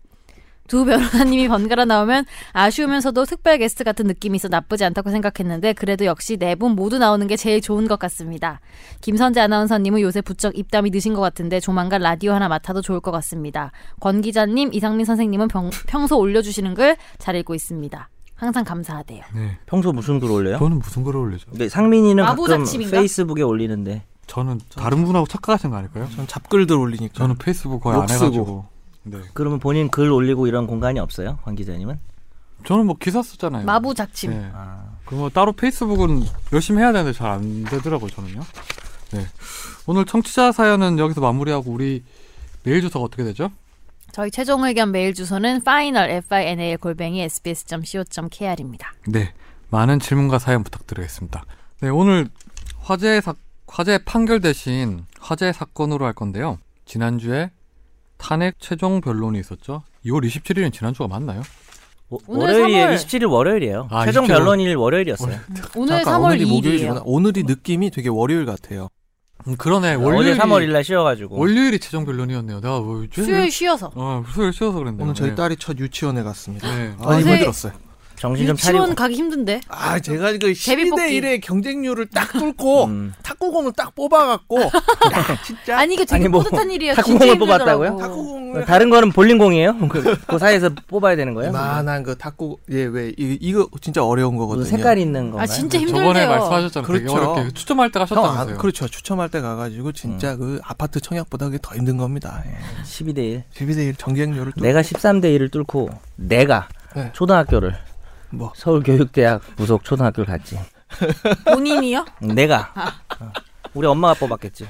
[SPEAKER 4] 두 변호사님이 번갈아 나오면 아쉬우면서도 특별 게스트 같은 느낌이 있어 나쁘지 않다고 생각했는데 그래도 역시 네 분 모두 나오는 게 제일 좋은 것 같습니다. 김선재 아나운서님은 요새 부쩍 입담이 느신 것 같은데 조만간 라디오 하나 맡아도 좋을 것 같습니다. 권 기자님, 이상민 선생님은 병- 평소 올려주시는 글 잘 읽고 있습니다. 항상 감사하대요.
[SPEAKER 1] 네.
[SPEAKER 3] 평소 무슨 글 올려요?
[SPEAKER 1] 저는 무슨 글을 올리죠?
[SPEAKER 3] 근데 상민이는 가끔
[SPEAKER 4] 마부작침인가?
[SPEAKER 3] 페이스북에 올리는데
[SPEAKER 1] 저는 네. 다른 분하고 착각하신 거 아닐까요?
[SPEAKER 2] 전 잡글들 올리니까
[SPEAKER 1] 저는 페이스북 거의 안
[SPEAKER 2] 욕 쓰고.
[SPEAKER 1] 해가지고. 네.
[SPEAKER 3] 그러면 본인 글 올리고 이런 공간이 없어요, 관 기자님은?
[SPEAKER 1] 저는 뭐 기사 썼잖아요.
[SPEAKER 4] 마부작침.
[SPEAKER 1] 네.
[SPEAKER 3] 아,
[SPEAKER 1] 그뭐 따로 페이스북은 열심히 해야 되는데 잘 안 되더라고요 저는요. 네. 오늘 청취자 사연은 여기서 마무리하고 우리 메일 주소가 어떻게 되죠?
[SPEAKER 4] 저희 최종 의견 메일 주소는 final final 골뱅이 sbs.co.kr입니다.
[SPEAKER 1] 네. 많은 질문과 사연 부탁드리겠습니다. 네, 오늘 화재 사, 화재 판결 대신 화재 사건으로 할 건데요. 지난주에 탄핵 최종 변론이 있었죠. 2월 27일은 지난주가 맞나요?
[SPEAKER 3] 오,
[SPEAKER 4] 오늘
[SPEAKER 3] 월요일이에요.
[SPEAKER 4] 3월.
[SPEAKER 3] 27일 월요일이에요.
[SPEAKER 1] 아,
[SPEAKER 3] 최종
[SPEAKER 1] 27일.
[SPEAKER 3] 변론일 월요일이었어요.
[SPEAKER 4] 오늘
[SPEAKER 2] 잠깐,
[SPEAKER 4] 3월
[SPEAKER 2] 오늘이
[SPEAKER 4] 2일이에요.
[SPEAKER 3] 뭐,
[SPEAKER 2] 목요일이구나. 오늘이 느낌이 되게 월요일 같아요.
[SPEAKER 1] 음, 그러네.
[SPEAKER 3] 어제
[SPEAKER 1] 월요일이
[SPEAKER 3] 3월일 날 쉬어가지고
[SPEAKER 1] 월요일이 최종 변론이었네요. 내가 왜 이제-
[SPEAKER 4] 수요일 쉬어서
[SPEAKER 1] 어, 수요일 쉬어서 그랬네요.
[SPEAKER 2] 오늘 저희
[SPEAKER 1] 네.
[SPEAKER 2] 딸이 첫 유치원에 갔습니다.
[SPEAKER 1] 네.
[SPEAKER 2] 아,
[SPEAKER 4] 요새-
[SPEAKER 2] 이번 들었어요.
[SPEAKER 3] 정신 좀 차리고.
[SPEAKER 4] 유치원 가기 힘든데
[SPEAKER 2] 아, 제가 그
[SPEAKER 4] 제비뽑기.
[SPEAKER 2] 12대 1의 경쟁률을 딱 뚫고
[SPEAKER 3] 음.
[SPEAKER 2] 탁구공을 딱 뽑아갖고 야, 진짜
[SPEAKER 4] 아니 이게 되게
[SPEAKER 3] 아니, 뭐,
[SPEAKER 4] 뿌듯한 일이에요.
[SPEAKER 3] 탁구공을
[SPEAKER 4] 진짜 힘들더라고.
[SPEAKER 3] 뽑았다고요?
[SPEAKER 2] 탁구공을
[SPEAKER 3] 다른 거는 볼링공이에요? 그, 그 사이에서 뽑아야 되는 거예요?
[SPEAKER 2] 만한 그 탁구 예왜 이거 진짜 어려운
[SPEAKER 3] 그
[SPEAKER 2] 거거든요.
[SPEAKER 3] 색깔 있는 건가요?
[SPEAKER 4] 아 진짜
[SPEAKER 1] 저번에
[SPEAKER 4] 힘들대요.
[SPEAKER 1] 말씀하셨잖아요. 되게
[SPEAKER 2] 그렇죠.
[SPEAKER 1] 어렵게 추첨할 때가
[SPEAKER 2] 형, 아,
[SPEAKER 1] 셨다면서요
[SPEAKER 2] 그렇죠. 추첨할 때 가가지고 진짜 그 아파트 청약보다 그게 더 힘든 겁니다. 예.
[SPEAKER 3] 12대 1.
[SPEAKER 2] 12대 1 경쟁률을 뚫
[SPEAKER 3] 내가 13대 1을 뚫고 내가
[SPEAKER 2] 네.
[SPEAKER 3] 초등학교를
[SPEAKER 2] 뭐
[SPEAKER 3] 서울교육대학 부속 초등학교를 갔지.
[SPEAKER 4] 본인이요?
[SPEAKER 3] 내가
[SPEAKER 4] 아.
[SPEAKER 3] 어. 우리 엄마가 뽑았겠지.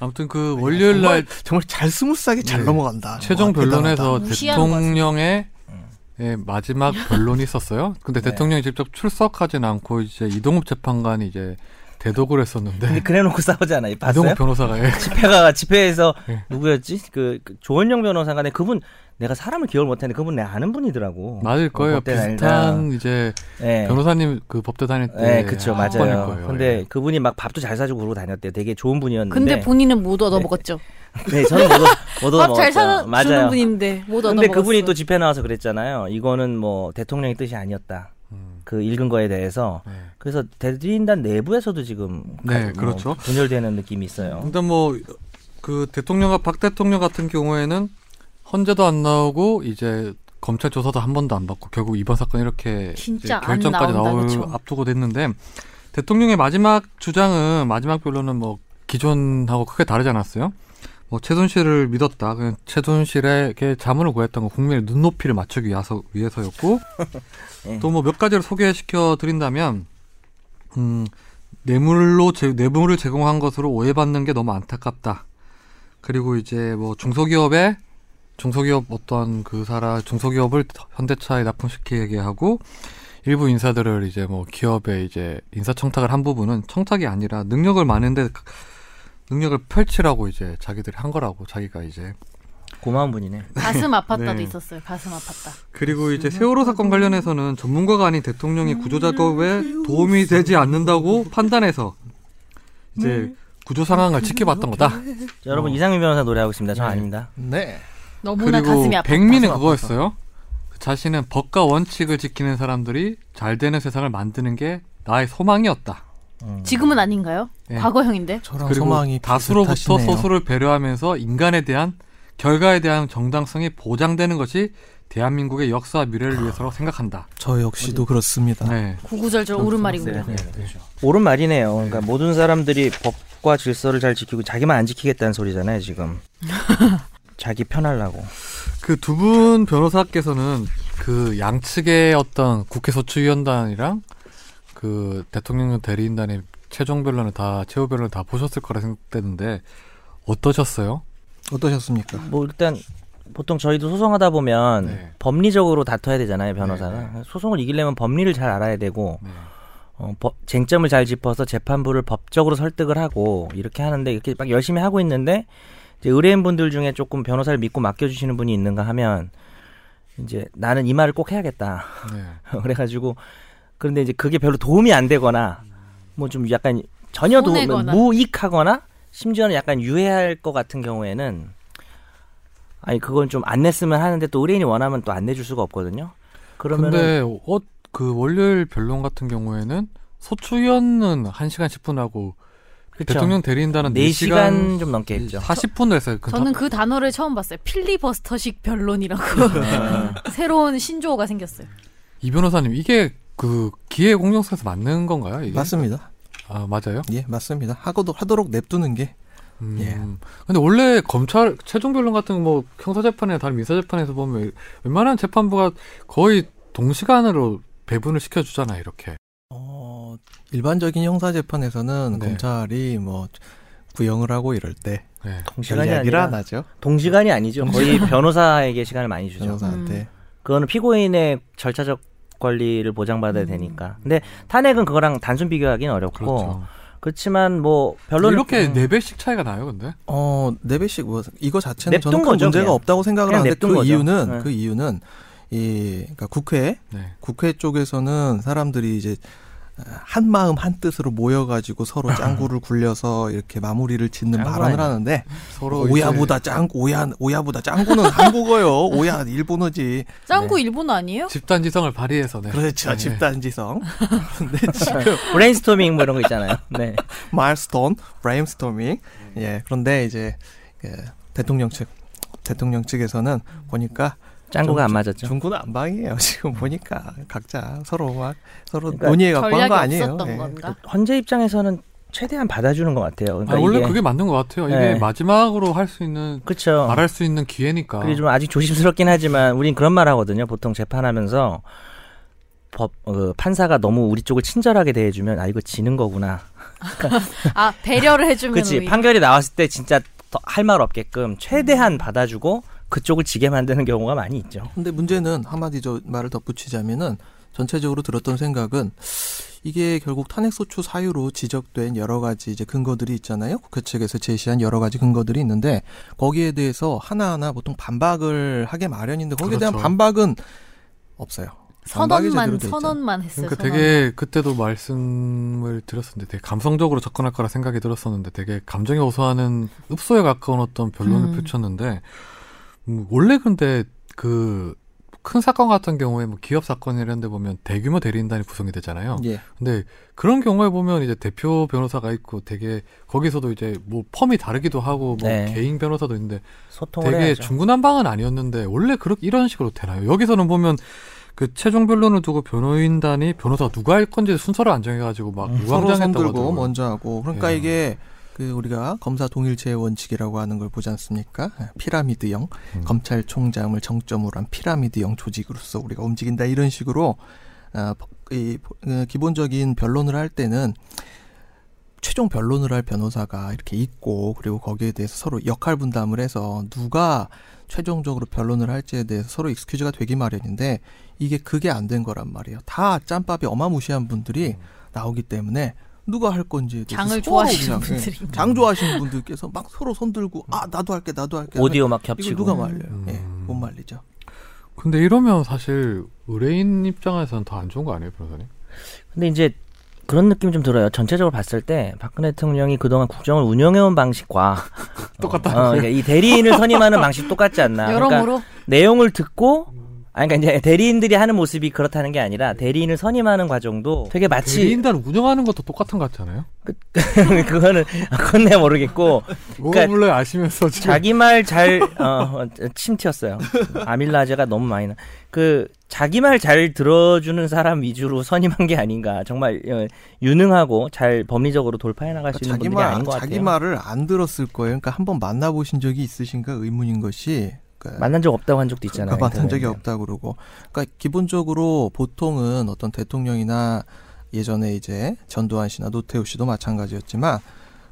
[SPEAKER 1] 아무튼 그 월요일 날
[SPEAKER 2] 네, 정말 잘 스무스하게 잘
[SPEAKER 1] 네.
[SPEAKER 2] 넘어간다. 뭐,
[SPEAKER 1] 최종
[SPEAKER 3] 아,
[SPEAKER 2] 와,
[SPEAKER 1] 변론에서
[SPEAKER 4] 무시하는 거
[SPEAKER 1] 대통령의 예,
[SPEAKER 4] 음.
[SPEAKER 3] 네.
[SPEAKER 1] 마지막 변론이 있었어요. 근데 대통령이 직접 출석하진 않고 이제 이동욱 재판관이 이제 대독을 했었는데
[SPEAKER 3] 근데 그래놓고 싸우잖아요. 음. 봤어요? 음.
[SPEAKER 1] 이동욱 변호사가 예.
[SPEAKER 3] 집회가 집회에서
[SPEAKER 1] 예.
[SPEAKER 3] 누구였지? 그, 그 조원영 변호사가네 그분 내가 사람을 기억을 못했는데 그분 내 아는 분이더라고.
[SPEAKER 1] 맞을 거예요.
[SPEAKER 3] 법대 다니다.
[SPEAKER 1] 비슷한 이제
[SPEAKER 3] 예.
[SPEAKER 1] 변호사님 그 법대 다닐
[SPEAKER 3] 예,
[SPEAKER 1] 때
[SPEAKER 3] 그쵸,
[SPEAKER 1] 한 번일
[SPEAKER 3] 맞아요.
[SPEAKER 1] 거예요.
[SPEAKER 3] 근데
[SPEAKER 1] 예.
[SPEAKER 3] 그분이 막 밥도 잘 사주고 그러고 다녔대요. 되게 좋은 분이었는데.
[SPEAKER 4] 근데 본인은 못 얻어먹었죠.
[SPEAKER 3] 네, 저는 못, 얻- 못
[SPEAKER 4] 밥 잘
[SPEAKER 3] 얻어먹었어요.
[SPEAKER 4] 사주는
[SPEAKER 3] 맞아요.
[SPEAKER 4] 분인데 못 얻어먹었어.
[SPEAKER 3] 근데 그분이 또 집회 나와서 그랬잖아요. 이거는 뭐 대통령의 뜻이 아니었다.
[SPEAKER 1] 음,
[SPEAKER 3] 그 읽은 거에 대해서.
[SPEAKER 1] 네.
[SPEAKER 3] 그래서 대리인단 내부에서도 지금
[SPEAKER 1] 네,
[SPEAKER 3] 뭐
[SPEAKER 1] 그렇죠.
[SPEAKER 3] 분열되는 느낌이 있어요.
[SPEAKER 1] 일단 뭐 그 대통령과 박 대통령 같은 경우에는 헌재도 안 나오고 이제 검찰 조사도 한 번도 안 받고 결국 이번 사건 이렇게
[SPEAKER 4] 진짜
[SPEAKER 1] 이제
[SPEAKER 4] 안
[SPEAKER 1] 결정까지
[SPEAKER 4] 나온다,
[SPEAKER 1] 나올
[SPEAKER 4] 그쵸?
[SPEAKER 1] 앞두고 됐는데 대통령의 마지막 주장은 마지막 변론은 뭐 기존하고 크게 다르지 않았어요. 뭐 최순실을 믿었다. 그냥 최순실에게 자문을 구했던 건 국민의 눈높이를 맞추기 위해서, 위해서였고
[SPEAKER 3] 예.
[SPEAKER 1] 또 뭐 몇 가지를 소개시켜 드린다면 음, 뇌물로 제, 뇌물을 제공한 것으로 오해받는 게 너무 안타깝다. 그리고 이제 뭐 중소기업에 중소기업 어떤 그 사람 중소기업을 현대차에 납품시키게 하고 일부 인사들을 이제 뭐 기업에 이제 인사청탁을 한 부분은 청탁이 아니라 능력을 많은데 능력을 펼치라고 이제 자기들이 한 거라고 자기가 이제
[SPEAKER 3] 고마운 분이네.
[SPEAKER 4] 가슴 아팠다도
[SPEAKER 1] 네.
[SPEAKER 4] 있었어요. 가슴 아팠다.
[SPEAKER 1] 그리고 이제 세월호 사건 관련해서는 전문가가 아닌 대통령이 구조 작업에 도움이 되지 않는다고 판단해서 이제 구조 상황을 지켜봤던 거다.
[SPEAKER 3] 자, 여러분 이상민 변호사 노래하고 있습니다. 저
[SPEAKER 1] 어. 네.
[SPEAKER 3] 아닙니다.
[SPEAKER 2] 네.
[SPEAKER 4] 너무나
[SPEAKER 1] 그리고
[SPEAKER 4] 가슴이 아팠다.
[SPEAKER 1] 백미는
[SPEAKER 2] 가슴 아팠다.
[SPEAKER 1] 그거였어요. 그 자신은 법과 원칙을 지키는 사람들이 잘 되는 세상을 만드는 게 나의 소망이었다.
[SPEAKER 3] 음.
[SPEAKER 4] 지금은 아닌가요?
[SPEAKER 1] 예.
[SPEAKER 4] 과거형인데?
[SPEAKER 2] 저랑
[SPEAKER 1] 그리고
[SPEAKER 2] 소망이
[SPEAKER 1] 다수로부터
[SPEAKER 2] 비슷하시네요.
[SPEAKER 1] 소수를 배려하면서 인간에 대한 결과에 대한 정당성이 보장되는 것이 대한민국의 역사와 미래를 위해서라고 생각한다.
[SPEAKER 2] 저 역시도 그렇습니다.
[SPEAKER 1] 네.
[SPEAKER 4] 구구절절 옳은 말이군요. 네.
[SPEAKER 3] 그렇죠. 옳은 말이네요. 그러니까 모든 사람들이 법과 질서를 잘 지키고 자기만 안 지키겠다는 소리잖아요. 지금 자기 편하려고.
[SPEAKER 1] 그 두 분 변호사께서는 그 양측의 어떤 국회 소추위원단이랑 그 대통령 대리인단의 최종 변론을 다 최후 변론을 다 보셨을 거라 생각되는데 어떠셨어요?
[SPEAKER 2] 어떠셨습니까?
[SPEAKER 3] 뭐 일단 보통 저희도 소송하다 보면
[SPEAKER 1] 네.
[SPEAKER 3] 법리적으로 다퉈야 되잖아요. 변호사는
[SPEAKER 1] 네,
[SPEAKER 3] 소송을 이기려면 법리를 잘 알아야 되고
[SPEAKER 1] 네.
[SPEAKER 3] 어, 법- 쟁점을 잘 짚어서 재판부를 법적으로 설득을 하고 이렇게 하는데 이렇게 막 열심히 하고 있는데 이제 의뢰인분들 중에 조금 변호사를 믿고 맡겨주시는 분이 있는가 하면 이제 나는 이 말을 꼭 해야겠다.
[SPEAKER 1] 네.
[SPEAKER 3] 그래가지고 그런데 이제 그게 별로 도움이 안 되거나 뭐 좀 약간 전혀 도움
[SPEAKER 4] 손해거나.
[SPEAKER 3] 무익하거나 심지어는 약간 유해할 것 같은 경우에는 아니 그건 좀 안 냈으면 하는데 또 의뢰인이 원하면 또 안 내줄 수가 없거든요. 그러면
[SPEAKER 1] 근데 어, 그 월요일 변론 같은 경우에는 소추위원은 1시간 10분 하고 대통령 대리인단은 4시간
[SPEAKER 3] 4시간 좀 넘게 했죠.
[SPEAKER 1] 40분을 했어요. 그
[SPEAKER 4] 저는 그 단어를 처음 봤어요. 필리버스터식 변론이라고
[SPEAKER 3] 네.
[SPEAKER 1] 아,
[SPEAKER 4] 새로운 신조어가 생겼어요.
[SPEAKER 1] 이 변호사님 이게 그 기회 공정성에서 맞는 건가요?
[SPEAKER 2] 네.
[SPEAKER 1] 이게?
[SPEAKER 2] 맞습니다.
[SPEAKER 1] 아, 맞아요?
[SPEAKER 2] 예, 맞습니다. 하고도 하도록 냅두는 게
[SPEAKER 1] 음.
[SPEAKER 2] 예.
[SPEAKER 1] 근데 원래 검찰 최종 변론 같은 뭐 형사 재판이나 다른 민사 재판에서 보면 웬만한 재판부가 거의 동시간으로 배분을 시켜 주잖아, 요 이렇게.
[SPEAKER 2] 어, 일반적인 형사 재판에서는
[SPEAKER 1] 네.
[SPEAKER 2] 검찰이 뭐 구형을 하고 이럴 때
[SPEAKER 1] 네.
[SPEAKER 2] 별
[SPEAKER 3] 동시간이
[SPEAKER 2] 이야기를 안
[SPEAKER 3] 아니라
[SPEAKER 2] 하죠.
[SPEAKER 3] 동시간이 아니죠. 거의 변호사에게 시간을 많이 주죠. 음.
[SPEAKER 2] 변호사한테.
[SPEAKER 3] 그거는 피고인의 절차적 권리를 보장받아야 되니까. 근데 탄핵은 그거랑 단순 비교하기는 어렵고
[SPEAKER 1] 음. 그렇죠.
[SPEAKER 3] 그렇지만 뭐 별로
[SPEAKER 1] 이렇게
[SPEAKER 3] 음.
[SPEAKER 1] 네 배씩 차이가 나요, 근데.
[SPEAKER 2] 어, 네배씩 뭐 이거 자체는
[SPEAKER 3] 냅둔
[SPEAKER 2] 저는 큰
[SPEAKER 3] 거죠,
[SPEAKER 2] 문제가
[SPEAKER 3] 그냥.
[SPEAKER 2] 없다고 생각을
[SPEAKER 3] 그냥
[SPEAKER 2] 하는데 그
[SPEAKER 3] 냅둔 거죠.
[SPEAKER 2] 이유는
[SPEAKER 3] 네.
[SPEAKER 2] 그 이유는 이 그러니까 국회
[SPEAKER 1] 네.
[SPEAKER 2] 국회 쪽에서는 사람들이 이제 한 마음 한 뜻으로 모여가지고 서로 짱구를 굴려서 이렇게 마무리를 짓는
[SPEAKER 3] 짱구
[SPEAKER 2] 발언을
[SPEAKER 3] 아니야.
[SPEAKER 2] 하는데
[SPEAKER 1] 서로
[SPEAKER 2] 오야보다 짱구 오야 오야보다 짱구는 한국어요 오야 일본어지
[SPEAKER 4] 짱구 일본 아니에요?
[SPEAKER 1] 이제 집단 지성을 발휘해서 네.
[SPEAKER 2] 그렇죠
[SPEAKER 1] 네.
[SPEAKER 2] 집단지성 근데 지금
[SPEAKER 3] 브레인스토밍 뭐 이런 거 있잖아요. 네.
[SPEAKER 2] 마일스톤, 브레인스토밍. 예, 그런데 이제 예, 대통령 측 대통령 측에서는 보니까
[SPEAKER 3] 짱구가 안
[SPEAKER 2] 중-
[SPEAKER 3] 맞았죠.
[SPEAKER 2] 중구는 안방이에요. 지금 보니까 각자 서로 막 서로
[SPEAKER 3] 그러니까
[SPEAKER 2] 논의해 갖고 한
[SPEAKER 4] 전략이
[SPEAKER 2] 거 아니에요.
[SPEAKER 4] 없었던
[SPEAKER 2] 예.
[SPEAKER 4] 건가?
[SPEAKER 3] 헌재 입장에서는 최대한 받아주는 것 같아요.
[SPEAKER 1] 아,
[SPEAKER 3] 그러니까
[SPEAKER 1] 원래
[SPEAKER 3] 이게
[SPEAKER 1] 그게 맞는 것 같아요. 이게
[SPEAKER 3] 네.
[SPEAKER 1] 마지막으로 할 수 있는
[SPEAKER 3] 그렇죠.
[SPEAKER 1] 말할 수 있는 기회니까.
[SPEAKER 3] 그리고 좀 아직 조심스럽긴 하지만 우린 그런 말 하거든요. 보통 재판하면서 법 어, 판사가 너무 우리 쪽을 친절하게 대해주면 아 이거 지는 거구나.
[SPEAKER 4] 아 배려를 해주면
[SPEAKER 3] 그렇지.
[SPEAKER 4] 오히려.
[SPEAKER 3] 판결이 나왔을 때 진짜 할 말 없게끔 최대한 받아주고 그쪽을 지게 만드는 경우가 많이 있죠.
[SPEAKER 2] 근데 문제는 한마디 저 말을 덧붙이자면은 전체적으로 들었던 생각은 이게 결국 탄핵소추 사유로 지적된 여러 가지 이제 근거들이 있잖아요. 국회 측에서 제시한 여러 가지 근거들이 있는데 거기에 대해서 하나하나 보통 반박을 하게 마련인데 거기에 대한
[SPEAKER 1] 그렇죠.
[SPEAKER 2] 반박은 없어요. 반박이
[SPEAKER 4] 선언만
[SPEAKER 2] 제대로 돼 있잖아.
[SPEAKER 4] 선언만 했어요.
[SPEAKER 1] 그러니까
[SPEAKER 4] 선언.
[SPEAKER 1] 되게 그때도 말씀을 드렸었는데 되게 감성적으로 접근할 거라 생각이 들었었는데 되게 감정이 호소하는 읍소에 가까운 어떤 변론을
[SPEAKER 4] 음.
[SPEAKER 1] 펼쳤는데 음, 원래 근데 그 큰 사건 같은 경우에 뭐 기업 사건 이런 데 보면 대규모 대리인단이 구성이 되잖아요.
[SPEAKER 2] 예.
[SPEAKER 1] 근데 그런 경우에 보면 이제 대표 변호사가 있고 되게 거기서도 이제 뭐 펌이 다르기도 하고 뭐
[SPEAKER 3] 네.
[SPEAKER 1] 개인 변호사도 있는데
[SPEAKER 3] 소통을
[SPEAKER 1] 되게
[SPEAKER 3] 해야죠.
[SPEAKER 1] 중구난방은 아니었는데 원래 그렇게 이런 식으로 되나요? 여기서는 보면 그 최종 변론을 두고 변호인단이 변호사 누가 할 건지 순서를 안 정해가지고 막
[SPEAKER 3] 음,
[SPEAKER 2] 서로 손 들고
[SPEAKER 1] 무광장했다고
[SPEAKER 2] 먼저 하고 그러니까
[SPEAKER 1] 예.
[SPEAKER 2] 이게 그 우리가 검사 동일체의 원칙이라고 하는 걸 보지 않습니까? 예, 피라미드형
[SPEAKER 1] 음.
[SPEAKER 2] 검찰총장을 정점으로 한 피라미드형 조직으로서 우리가 움직인다 이런 식으로 아, 법- 이 보- 어, 기본적인 변론을 할 때는 최종 변론을 할 변호사가 이렇게 있고 그리고 거기에 대해서 서로 역할 분담을 해서 누가 최종적으로 변론을 할지에 대해서 서로 익스큐즈가 되기 마련인데 이게 그게 안 된 거란 말이에요. 다 짬밥이 어마무시한 분들이 나오기 때문에 누가 할 건지에 대해서
[SPEAKER 4] 장을
[SPEAKER 2] 서로
[SPEAKER 4] 좋아하시는
[SPEAKER 2] 그냥, 예,
[SPEAKER 4] 분들이.
[SPEAKER 2] 장 좋아하시는 분들께서 막 서로 손들고 아 나도 할게 나도 할게 하면
[SPEAKER 3] 오디오 막
[SPEAKER 2] 이걸
[SPEAKER 3] 겹치고
[SPEAKER 2] 누가 말려요?
[SPEAKER 1] 음.
[SPEAKER 2] 예, 못 말리죠.
[SPEAKER 1] 근데 이러면 사실 의뢰인 입장에서는 더 안 좋은 거 아니에요, 변호사님?
[SPEAKER 3] 근데 이제 그런 느낌이 좀 들어요. 전체적으로 봤을 때 박근혜 대통령이 그동안 국정을 운영해온 방식과 똑같다. 어, 그러니까 이 대리인을 선임하는 방식 똑같지 않나. 그러니까
[SPEAKER 4] 여러모로
[SPEAKER 3] 내용을 듣고 아 그러니까 이제 대리인들이 하는 모습이 그렇다는 게 아니라 대리인을 선임하는 과정도 되게 마치
[SPEAKER 1] 대리인단 운영하는 것도 똑같은 것 같잖아요.
[SPEAKER 3] 그거는 그건 내가 모르겠고 그러니까-
[SPEAKER 1] 그러니까 물론 아시면서 지금
[SPEAKER 3] 자기 말 잘 어, 침 튀었어요. 아밀라제가 너무 많이 나. 그 자기 말 잘 들어주는 사람 위주로 선임한 게 아닌가. 정말 어, 유능하고 잘 법리적으로 돌파해 나갈 수 있는
[SPEAKER 2] 그러니까 자기
[SPEAKER 3] 분들이
[SPEAKER 2] 말
[SPEAKER 3] 아닌 것 같아요.
[SPEAKER 2] 자기 말을 안 들었을 거예요. 그러니까 한번 만나보신 적이 있으신가 의문인 것이 그러니까
[SPEAKER 3] 만난 적 없다고 한 적도 있잖아요.
[SPEAKER 2] 그러니까 만난 적이
[SPEAKER 3] 인터넷에.
[SPEAKER 2] 없다 그러고 그러니까 기본적으로 보통은 어떤 대통령이나 예전에 이제 전두환 씨나 노태우 씨도 마찬가지였지만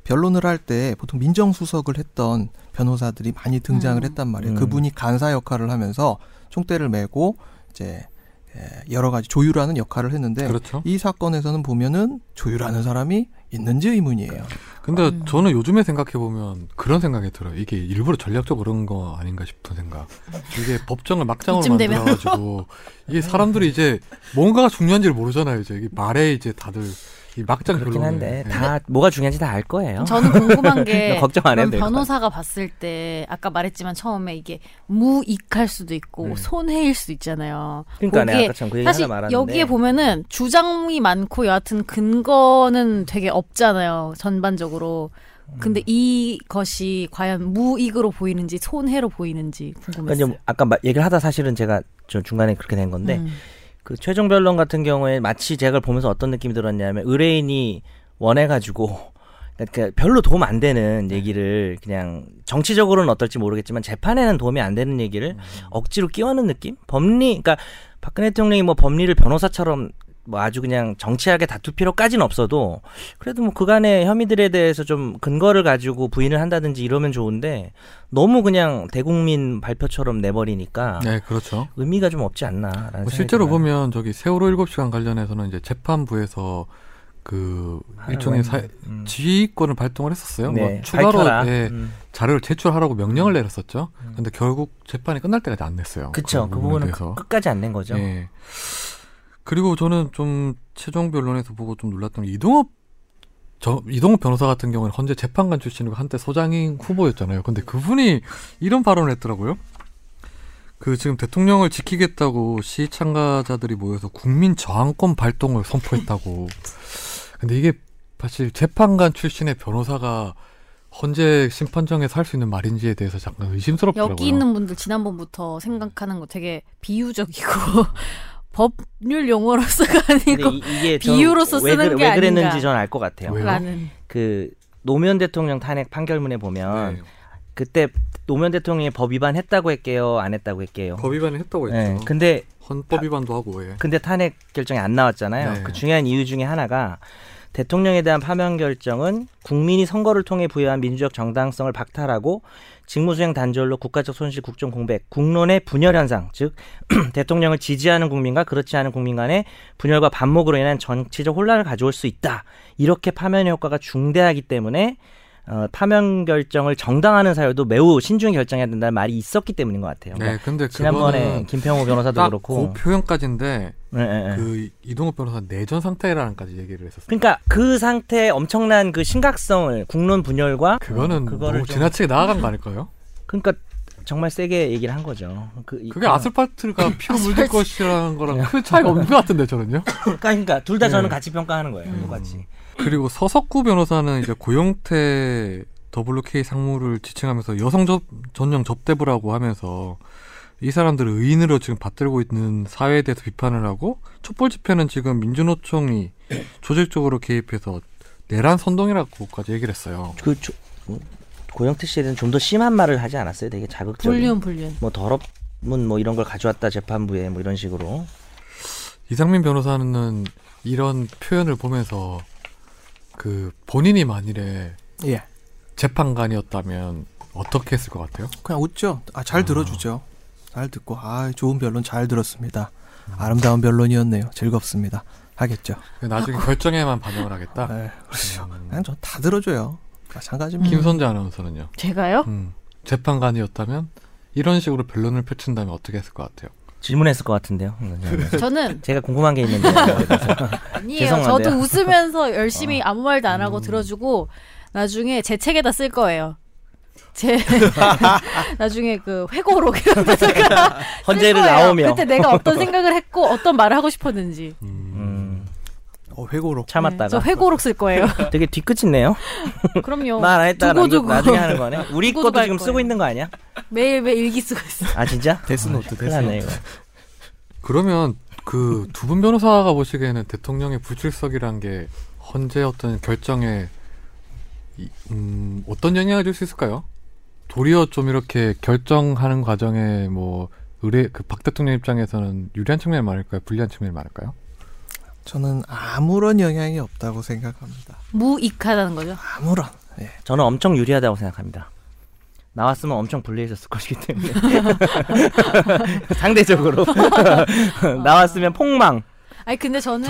[SPEAKER 2] 변론을 할 때 보통 민정수석을 했던 변호사들이 많이 등장을
[SPEAKER 4] 음.
[SPEAKER 2] 했단
[SPEAKER 3] 음.
[SPEAKER 2] 말이에요. 그분이 간사 역할을 하면서 총대를 메고 이제 예, 여러 가지 조율하는 역할을 했는데
[SPEAKER 1] 그렇죠.
[SPEAKER 2] 이 사건에서는 보면은 조율하는 사람이 있는지 의문이에요.
[SPEAKER 1] 근데
[SPEAKER 4] 음.
[SPEAKER 1] 저는 요즘에 생각해 보면 그런 생각이 들어요. 이게 일부러 전략적으로 그런 거 아닌가 싶은 생각. 이게 법정을 막장으로
[SPEAKER 4] 이쯤 되면.
[SPEAKER 1] 만들어가지고 이게 사람들이 이제 뭔가가 중요한지를 모르잖아요. 이제 이 말에 이제 다들 이 막장
[SPEAKER 3] 그렇긴
[SPEAKER 1] 결론에.
[SPEAKER 2] 네.
[SPEAKER 3] 한데
[SPEAKER 1] 예.
[SPEAKER 3] 다 뭐가 중요한지 다 알 거예요.
[SPEAKER 4] 저는 궁금한 게
[SPEAKER 3] 나 그러니까 걱정 안 해도
[SPEAKER 4] 그럼
[SPEAKER 3] 될 것
[SPEAKER 4] 변호사가 봤을 때 아까 말했지만 처음에 이게 무익할 수도 있고
[SPEAKER 1] 음.
[SPEAKER 4] 손해일 수도 있잖아요.
[SPEAKER 3] 그러니까 내가
[SPEAKER 4] 거기에
[SPEAKER 3] 아까 참그 얘기
[SPEAKER 4] 사실
[SPEAKER 3] 하나 말았는데
[SPEAKER 4] 여기에 보면은 주장이 많고 여하튼 근거는 되게 없잖아요. 전반적으로.
[SPEAKER 3] 음.
[SPEAKER 4] 근데 이것이 과연 무익으로 보이는지 손해로 보이는지
[SPEAKER 3] 그러니까 이제
[SPEAKER 4] 궁금했어요.
[SPEAKER 3] 뭐 아까 마- 얘기를 하다 사실은 제가 저 중간에 그렇게 된 건데
[SPEAKER 4] 음.
[SPEAKER 3] 그 최종 변론 같은 경우에 마치 제가 그걸 보면서 어떤 느낌이 들었냐면 의뢰인이 원해가지고 그러니까 별로 도움 안 되는
[SPEAKER 1] 네.
[SPEAKER 3] 얘기를 그냥 정치적으로는 어떨지 모르겠지만 재판에는 도움이 안 되는 얘기를
[SPEAKER 1] 음.
[SPEAKER 3] 억지로 끼워넣는 느낌? 법리 그러니까 박근혜 대통령이 뭐 법리를 변호사처럼 뭐 아주 그냥 정치하게 다툴 필요까지는 없어도 그래도 뭐 그간의 혐의들에 대해서 좀 근거를 가지고 부인을 한다든지 이러면 좋은데 너무 그냥 대국민 발표처럼 내버리니까
[SPEAKER 1] 네, 그렇죠.
[SPEAKER 3] 의미가 좀 없지 않나라는
[SPEAKER 1] 뭐
[SPEAKER 3] 생각이
[SPEAKER 1] 실제로
[SPEAKER 3] 들어요.
[SPEAKER 1] 보면 저기 세월호 일곱 시간 관련해서는 이제 재판부에서 그 일종의 사,
[SPEAKER 3] 음.
[SPEAKER 1] 지휘권을 발동을 했었어요.
[SPEAKER 3] 네,
[SPEAKER 1] 뭐 추가로
[SPEAKER 3] 밝혀라.
[SPEAKER 1] 예,
[SPEAKER 3] 음.
[SPEAKER 1] 자료를 제출하라고 명령을 내렸었죠.
[SPEAKER 3] 음.
[SPEAKER 1] 근데 결국 재판이 끝날 때까지 안 냈어요.
[SPEAKER 3] 그쵸 그
[SPEAKER 1] 부분에
[SPEAKER 3] 부분은
[SPEAKER 1] 대해서.
[SPEAKER 3] 끝- 끝까지 안 낸 거죠
[SPEAKER 1] 예. 그리고 저는 좀 최종 변론에서 보고 좀 놀랐던 게 이동업 저 이동업 변호사 같은 경우는 현재 재판관 출신이고 한때 소장인 후보였잖아요. 근데 그분이 이런 발언을 했더라고요. 그 지금 대통령을 지키겠다고 시위 참가자들이 모여서 국민 저항권 발동을 선포했다고. 근데 이게 사실 재판관 출신의 변호사가 헌재 심판정에서 할 수 있는 말인지에 대해서 잠깐 의심스럽더라고요.
[SPEAKER 4] 여기 있는 분들 지난번부터 생각하는 거 되게 비유적이고 법률 용어로 쓰가
[SPEAKER 3] 근데
[SPEAKER 4] 아니고
[SPEAKER 3] 이, 이게 전
[SPEAKER 4] 비유로서
[SPEAKER 3] 왜,
[SPEAKER 4] 쓰는
[SPEAKER 3] 그래-
[SPEAKER 4] 게
[SPEAKER 3] 왜 그랬는지
[SPEAKER 4] 아닌가.
[SPEAKER 3] 전 알 것 같아요
[SPEAKER 1] 왜요?
[SPEAKER 4] 라는
[SPEAKER 3] 그 노무현 대통령 탄핵 판결문에 보면
[SPEAKER 1] 네.
[SPEAKER 3] 그때 노무현 대통령이 법 위반했다고 했게요 안 했다고 했게요
[SPEAKER 1] 법 위반을 했다고 했죠.
[SPEAKER 3] 네, 근데
[SPEAKER 1] 헌법 위반도 하고 예.
[SPEAKER 3] 근데 탄핵 결정이 안 나왔잖아요
[SPEAKER 1] 네.
[SPEAKER 3] 그 중요한 이유 중에 하나가 대통령에 대한 파면 결정은 국민이 선거를 통해 부여한 민주적 정당성을 박탈하고 직무수행 단절로 국가적 손실 국정 공백 국론의 분열 현상 즉 대통령을 지지하는 국민과 그렇지 않은 국민 간의 분열과 반목으로 인한 정치적 혼란을 가져올 수 있다 이렇게 파면의 효과가 중대하기 때문에 어, 파면 결정을 정당하는 사유도 매우 신중히 결정해야 된다는 말이 있었기 때문인 것 같아요. 그러니까
[SPEAKER 1] 네, 근데
[SPEAKER 3] 지난번에
[SPEAKER 1] 그거는
[SPEAKER 3] 김평호 변호사도
[SPEAKER 1] 딱
[SPEAKER 3] 그렇고
[SPEAKER 1] 그 표현까지인데
[SPEAKER 3] 예, 예, 예.
[SPEAKER 1] 그 이동욱 변호사 내전 상태라는까지 얘기를 했었어요.
[SPEAKER 3] 그러니까 그 상태의 엄청난 그 심각성을 국론 분열과
[SPEAKER 1] 그거는
[SPEAKER 3] 어, 그거를
[SPEAKER 1] 너무
[SPEAKER 3] 좀-
[SPEAKER 1] 지나치게 나아간 거 아닐까요?
[SPEAKER 3] 그러니까 정말 세게 얘기를 한 거죠. 그, 이- 네.
[SPEAKER 1] 그게 아스팔트가 피로 물들 것이라는 거랑 큰 차이가 없는 것 같은데 저는요.
[SPEAKER 3] 그러니까, 그러니까 둘 다 저는
[SPEAKER 1] 네.
[SPEAKER 3] 같이 평가하는 거예요.
[SPEAKER 5] 음.
[SPEAKER 3] 똑같이.
[SPEAKER 1] 그리고 서석구 변호사는 이제 고영태 WK 상무를 지칭하면서 여성 접, 전용 접대부라고 하면서 이 사람들을 의인으로 지금 받들고 있는 사회에 대해서 비판을 하고 촛불 집회는 지금 민주노총이 조직적으로 개입해서 내란 선동이라고까지 얘기를 했어요.
[SPEAKER 3] 그 조- 고영태 씨에 대해서 좀 더 심한 말을 하지 않았어요. 되게 자극적인.
[SPEAKER 4] 불륜 불륜.
[SPEAKER 3] 뭐 더럽은 뭐 이런 걸 가져왔다 재판부에 뭐 이런 식으로.
[SPEAKER 1] 이상민 변호사는 이런 표현을 보면서 그 본인이 만일에
[SPEAKER 2] 예.
[SPEAKER 1] 재판관이었다면 어떻게 했을 것 같아요?
[SPEAKER 2] 그냥 웃죠. 아, 잘 들어주죠. 잘 듣고 아, 좋은 변론 잘 들었습니다. 아름다운 변론이었네요. 즐겁습니다. 하겠죠.
[SPEAKER 1] 나중에 결정에만 반영을
[SPEAKER 3] 아.
[SPEAKER 1] 하겠다.
[SPEAKER 2] 에, 그렇죠. 그냥 저 다 들어줘요. 마찬가지입니다.
[SPEAKER 1] 김선재 아나운서는요.
[SPEAKER 4] 제가요?
[SPEAKER 1] 음, 재판관이었다면 이런 식으로 변론을 펼친다면 어떻게 했을 것 같아요?
[SPEAKER 3] 질문했을 것 같은데요.
[SPEAKER 5] 저는
[SPEAKER 3] 제가 궁금한 게 있는데
[SPEAKER 5] 아니에요.
[SPEAKER 3] 죄송한데요.
[SPEAKER 5] 저도 웃으면서 열심히 아무 말도 안 하고 들어주고 나중에 제 책에다 쓸 거예요. 제 나중에 그 회고록 이런 데다가
[SPEAKER 3] 헌재를
[SPEAKER 5] 쓸 거예요.
[SPEAKER 3] 나오며.
[SPEAKER 5] 그때 내가 어떤 생각을 했고 어떤 말을 하고 싶었는지
[SPEAKER 3] 음,
[SPEAKER 2] 어, 회고록.
[SPEAKER 5] 네, 저
[SPEAKER 3] 참았다가
[SPEAKER 5] 회고록 쓸 거예요.
[SPEAKER 3] 되게 뒤끝이네요.
[SPEAKER 5] 그럼요.
[SPEAKER 3] 말 안 했다가 남겨-
[SPEAKER 5] 두고두고.
[SPEAKER 3] 나중에 하는 거네. 우리
[SPEAKER 5] 두고두고
[SPEAKER 3] 것도
[SPEAKER 5] 할
[SPEAKER 3] 지금 쓰고
[SPEAKER 5] 거예요.
[SPEAKER 3] 있는 거 아니야?
[SPEAKER 5] 매일 매일 일기 쓰고 있어.
[SPEAKER 3] 아 진짜?
[SPEAKER 2] 데스노트,
[SPEAKER 3] 큰일 났네 이거.
[SPEAKER 1] 그러면 그 두 분 변호사가 보시기에는 대통령의 불출석이란 게 헌재 어떤 결정에 이- 음, 어떤 영향을 줄 수 있을까요? 도리어 좀 이렇게 결정하는 과정에 뭐 의뢰 그박 대통령 입장에서는 유리한 측면이 많을까요? 불리한 측면이 많을까요?
[SPEAKER 2] 저는 아무런 영향이 없다고 생각합니다.
[SPEAKER 5] 무익하다는 거죠.
[SPEAKER 2] 아무런. 예.
[SPEAKER 3] 저는 엄청 유리하다고 생각합니다. 나왔으면 엄청 불리해졌을 것이기 때문에 상대적으로 나왔으면 폭망.
[SPEAKER 5] 아니 근데 저는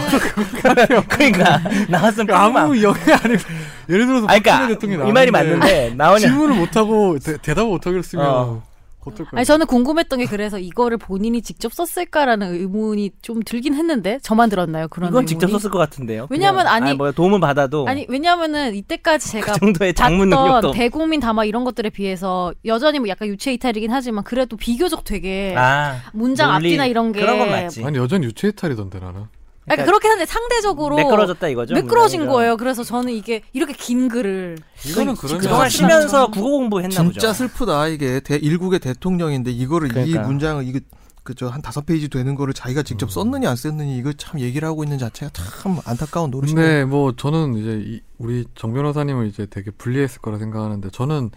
[SPEAKER 3] 그러니까 나왔으면 폭망.
[SPEAKER 1] 영향이 아니고 예를 들어서
[SPEAKER 3] 아
[SPEAKER 1] 박근혜
[SPEAKER 3] 그러니까
[SPEAKER 1] 대통령이
[SPEAKER 3] 이 말이
[SPEAKER 1] 나왔는데
[SPEAKER 3] 맞는데 나오냐?
[SPEAKER 1] 질문을 못하고 대- 대답을 못하게 쓰면
[SPEAKER 3] 어.
[SPEAKER 1] 어. 어떨까요?
[SPEAKER 5] 아니 저는 궁금했던 게 그래서 이거를 본인이 직접 썼을까라는 의문이 좀 들긴 했는데 저만 들었나요 그런
[SPEAKER 3] 이건
[SPEAKER 5] 의문이?
[SPEAKER 3] 직접 썼을 것 같은데요.
[SPEAKER 5] 왜냐면
[SPEAKER 3] 그냥,
[SPEAKER 5] 아니-
[SPEAKER 3] 뭐 도움을 받아도
[SPEAKER 5] 아니 왜냐면은 이때까지 제가
[SPEAKER 3] 그 정도의 장문 능력도
[SPEAKER 5] 봤던
[SPEAKER 3] 없-
[SPEAKER 5] 대국민 담화 이런 것들에 비해서 여전히 뭐 약간 유체 이탈이긴 하지만 그래도 비교적 되게
[SPEAKER 3] 아
[SPEAKER 5] 문장
[SPEAKER 3] 논리,
[SPEAKER 5] 앞뒤나 이런 게
[SPEAKER 3] 그런 건 맞지.
[SPEAKER 1] 아니 여전히 유체 이탈이던데 나는.
[SPEAKER 5] 그러니까 그렇긴 한데 상대적으로
[SPEAKER 3] 매끄러졌다 이거죠.
[SPEAKER 5] 진
[SPEAKER 3] 문제가.
[SPEAKER 5] 거예요. 그래서 저는 이게 이렇게 긴 글을
[SPEAKER 1] 이거는 그러면
[SPEAKER 5] 진짜
[SPEAKER 3] 그동안 쉬면서 국어 공부했나 보죠.
[SPEAKER 2] 진짜 슬프다 이게 대, 일국의 대통령인데 이거를 이
[SPEAKER 3] 그러니까.
[SPEAKER 2] 문장을 이거 그저 한 다섯 페이지 되는 거를 자기가
[SPEAKER 3] 음.
[SPEAKER 2] 직접 썼느니 안 썼느니 이거 참 얘기를 하고 있는 자체가 참 안타까운 노릇이네.
[SPEAKER 1] 근데 뭐 저는 이제 이- 우리 정 변호사님을 이제 되게 불리했을 거라 생각하는데 저는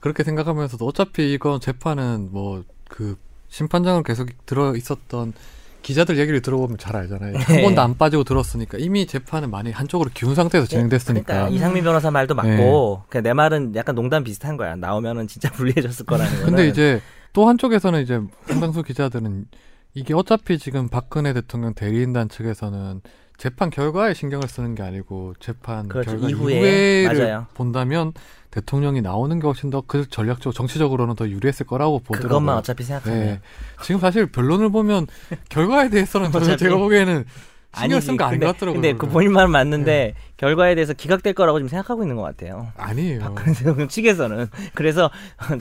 [SPEAKER 1] 그렇게 생각하면서도 어차피 이건 재판은 뭐 그 심판장을 계속 들어 있었던 기자들 얘기를 들어보면 잘 알잖아요. 한
[SPEAKER 3] 네.
[SPEAKER 1] 번도 안 빠지고 들었으니까 이미 재판은 많이 한쪽으로 기운 상태에서 진행됐으니까. 네.
[SPEAKER 3] 그러니까
[SPEAKER 5] 음.
[SPEAKER 3] 이상민 변호사 말도 맞고 그냥 내 말은 약간 농담 비슷한 거야. 나오면은 진짜 불리해졌을 거라는 거는.
[SPEAKER 1] 근데 이제 또 한쪽에서는 이제 상당수 기자들은 이게 어차피 지금 박근혜 대통령 대리인단 측에서는 재판 결과에 신경을 쓰는 게 아니고 재판
[SPEAKER 3] 그렇죠.
[SPEAKER 1] 결과
[SPEAKER 3] 이후에.
[SPEAKER 1] 이후에 를
[SPEAKER 3] 맞아요.
[SPEAKER 1] 본다면 대통령이 나오는 게 훨씬 더 그 전략적 정치적으로는 더 유리했을 거라고 보더라고요.
[SPEAKER 3] 그것만 어차피 생각하면
[SPEAKER 1] 네. 지금 사실 변론을 보면 결과에 대해서는 저는
[SPEAKER 3] 어차피.
[SPEAKER 1] 제가 보기에는 신경
[SPEAKER 3] 아니지.
[SPEAKER 1] 쓴 거 아닌
[SPEAKER 3] 근데-
[SPEAKER 1] 것 같더라고요. 네.
[SPEAKER 3] 근데 그
[SPEAKER 1] 그거는.
[SPEAKER 3] 본인 말은 맞는데 결과에 대해서 기각될 거라고 지금 생각하고 있는 것 같아요.
[SPEAKER 1] 아니에요.
[SPEAKER 3] 대통령 측에서는 그래서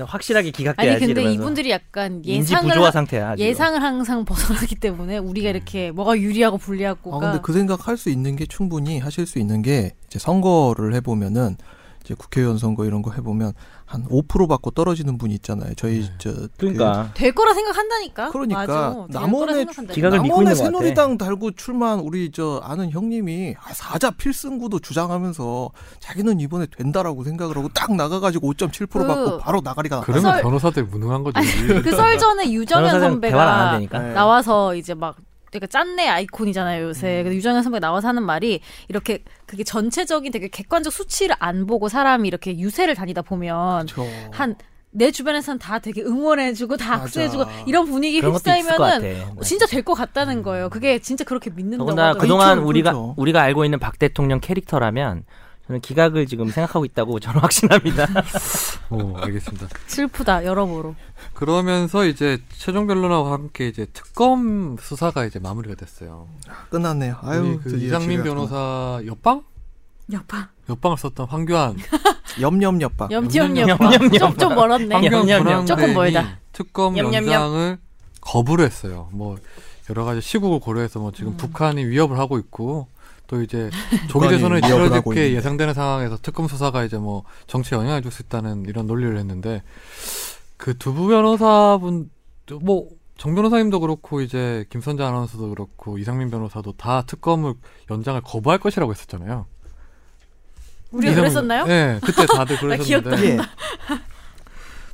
[SPEAKER 3] 확실하게 기각돼야지.
[SPEAKER 5] 아니 근데
[SPEAKER 3] 이러면서.
[SPEAKER 5] 이분들이 약간
[SPEAKER 3] 인지
[SPEAKER 5] 예상을
[SPEAKER 3] 부조화 음. 상태야. 지금.
[SPEAKER 5] 예상을 항상 벗어나기 때문에 우리가 이렇게 뭐가 유리하고
[SPEAKER 2] 아
[SPEAKER 5] 불리하고가
[SPEAKER 2] 근데 그 생각 할 수 있는 게 충분히 하실 수 있는 게 이제 선거를 해보면은 이제 국회의원 선거 이런 거 해보면 한 5% 받고 떨어지는 분이 있잖아요. 저희
[SPEAKER 1] 네.
[SPEAKER 2] 저
[SPEAKER 3] 그러니까
[SPEAKER 5] 될 거라 생각한다니까.
[SPEAKER 2] 그러니까
[SPEAKER 5] 맞아. 될
[SPEAKER 2] 남원의
[SPEAKER 5] 거라 생각한다니까.
[SPEAKER 2] 그
[SPEAKER 3] 기각을 믿고
[SPEAKER 2] 남원의
[SPEAKER 3] 있는 것 같아.
[SPEAKER 2] 새누리당 달고 출마한 우리 저 아는 형님이 아, 사자 필승구도 주장하면서 자기는 이번에 된다라고 생각을 하고 딱 나가가지고 5.7%
[SPEAKER 5] 그-
[SPEAKER 2] 받고 바로 나가리가
[SPEAKER 1] 그러면
[SPEAKER 5] 설-
[SPEAKER 1] 변호사들 무능한 거지.
[SPEAKER 5] 그 설 전에 유정현
[SPEAKER 3] 변호사들은 대화를
[SPEAKER 5] 선배가
[SPEAKER 3] 안 하니까.
[SPEAKER 2] 네.
[SPEAKER 5] 나와서 이제 막 그러니까 짠내 아이콘이잖아요 요새.
[SPEAKER 3] 음.
[SPEAKER 5] 근데 유정현 선배가 나와서 하는 말이 이렇게 그게 전체적인 되게 객관적 수치를 안 보고 사람이 이렇게 유세를 다니다 보면
[SPEAKER 2] 저...
[SPEAKER 5] 한 내 주변에서는 다 되게 응원해주고 다
[SPEAKER 2] 맞아.
[SPEAKER 5] 악수해주고 이런 분위기
[SPEAKER 3] 그런 것도 있을 것
[SPEAKER 5] 휩싸이면은 어,
[SPEAKER 3] 같아요. 네. 음.
[SPEAKER 5] 진짜 될 것 같다는 거예요. 그게 진짜 그렇게 믿는다고
[SPEAKER 3] 더군다나
[SPEAKER 5] 하더라고요.
[SPEAKER 3] 그동안
[SPEAKER 2] 그렇죠,
[SPEAKER 3] 우리가
[SPEAKER 2] 그렇죠.
[SPEAKER 3] 우리가 알고 있는 박 대통령 캐릭터라면 저는 기각을 지금 생각하고 있다고 저는 확신합니다.
[SPEAKER 1] 뭐. 오, 어, 알겠습니다.
[SPEAKER 5] 슬프다 여러모로.
[SPEAKER 1] 그러면서 이제 최종 변론하고 함께 이제 특검 수사가 이제 마무리가 됐어요.
[SPEAKER 2] 끝났네요.
[SPEAKER 1] 우리
[SPEAKER 2] 아유,
[SPEAKER 1] 그
[SPEAKER 2] 드디어
[SPEAKER 1] 이장민
[SPEAKER 2] 집에
[SPEAKER 1] 변호사 옆방?
[SPEAKER 3] 아,
[SPEAKER 5] 여파.
[SPEAKER 1] 옆방을 썼던 황교안
[SPEAKER 2] 갔구나. 염염협박.
[SPEAKER 5] 염염
[SPEAKER 1] 염염
[SPEAKER 5] 여파.
[SPEAKER 3] 염염
[SPEAKER 5] 좀 좀 멀었네.
[SPEAKER 3] 황경-
[SPEAKER 1] 황교안
[SPEAKER 3] 염염염.
[SPEAKER 5] 조금
[SPEAKER 1] 불황대행이
[SPEAKER 5] 멀다.
[SPEAKER 1] 특검
[SPEAKER 5] 염염염.
[SPEAKER 1] 연장을 거부를 했어요. 뭐 여러 가지 시국을 고려해서 뭐
[SPEAKER 5] 음.
[SPEAKER 1] 지금 북한이 위협을 하고 있고 또 이제 조기
[SPEAKER 2] 북한이
[SPEAKER 1] 대선을
[SPEAKER 2] 위협을
[SPEAKER 1] 치러질
[SPEAKER 2] 하고
[SPEAKER 1] 게
[SPEAKER 2] 있는데.
[SPEAKER 1] 예상되는 상황에서 특검 수사가 이제 뭐 정치에 영향을 줄 수 있다는 이런 논리를 했는데 그 두부 변호사분 뭐 정 변호사님도 그렇고 이제 김선재 아나운서도 그렇고 이상민 변호사도 다 특검을 연장을 거부할 것이라고 했었잖아요.
[SPEAKER 5] 우리가
[SPEAKER 1] 이상민-
[SPEAKER 5] 그랬었나요?
[SPEAKER 1] 네, 그때 다들
[SPEAKER 5] 나 기억도
[SPEAKER 1] 그러셨는데
[SPEAKER 2] 예.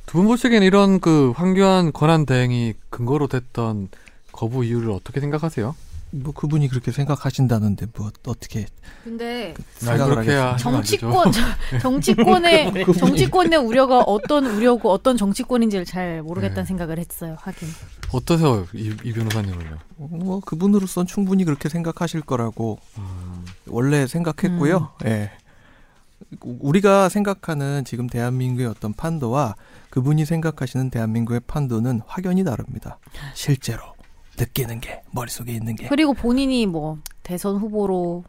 [SPEAKER 1] 두 분 보시기엔 이런 그 황교안 권한 대행이 근거로 됐던 거부 이유를 어떻게 생각하세요?
[SPEAKER 2] 뭐 그분이 그렇게 생각하신다는데 뭐 어떻게
[SPEAKER 5] 근데
[SPEAKER 2] 생각을
[SPEAKER 1] 아, 그렇게
[SPEAKER 2] 하겠어요.
[SPEAKER 1] 하시면 안 되죠.
[SPEAKER 5] 정치권 저- 정치권의 정치권의 우려가 어떤 우려고 어떤 정치권인지를 잘 모르겠다는
[SPEAKER 1] 네.
[SPEAKER 5] 생각을 했어요. 하긴.
[SPEAKER 1] 어떠세요, 이, 이 변호사님은요?
[SPEAKER 2] 뭐 그분으로선 충분히 그렇게 생각하실 거라고 원래 생각했고요.
[SPEAKER 5] 음.
[SPEAKER 2] 예. 우리가 생각하는 지금 대한민국의 어떤 판도와 그분이 생각하시는 대한민국의 판도는 확연히 다릅니다. 실제로 느끼는 게 머릿속에 있는 게
[SPEAKER 5] 그리고 본인이 뭐 대선 후보로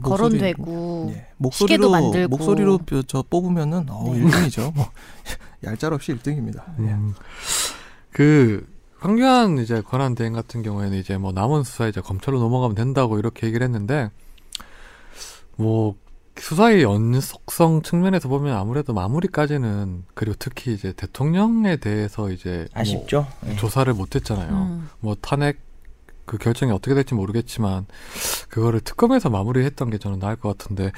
[SPEAKER 1] 뭐
[SPEAKER 2] 목소리-
[SPEAKER 5] 거론되고
[SPEAKER 2] 예.
[SPEAKER 5] 시계도
[SPEAKER 2] 목소리로
[SPEAKER 5] 만들고.
[SPEAKER 2] 목소리로 뼈- 저 뽑으면은 어
[SPEAKER 5] 네.
[SPEAKER 2] 1등이죠. 뭐 얄짤없이 1등입니다.
[SPEAKER 3] 예.
[SPEAKER 1] 음. 그 황교안 이제 권한 대행 같은 경우에는 이제 뭐 남은 수사 이제 검찰로 넘어가면 된다고 이렇게 얘기를 했는데 뭐 수사의 연속성 측면에서 보면 아무래도 마무리까지는 그리고 특히 이제 대통령에 대해서 이제 뭐
[SPEAKER 3] 아쉽죠. 예.
[SPEAKER 1] 조사를 못했잖아요.
[SPEAKER 5] 음.
[SPEAKER 1] 뭐 탄핵 그 결정이 어떻게 될지 모르겠지만 그거를 특검에서 마무리했던 게 저는 나을 것 같은데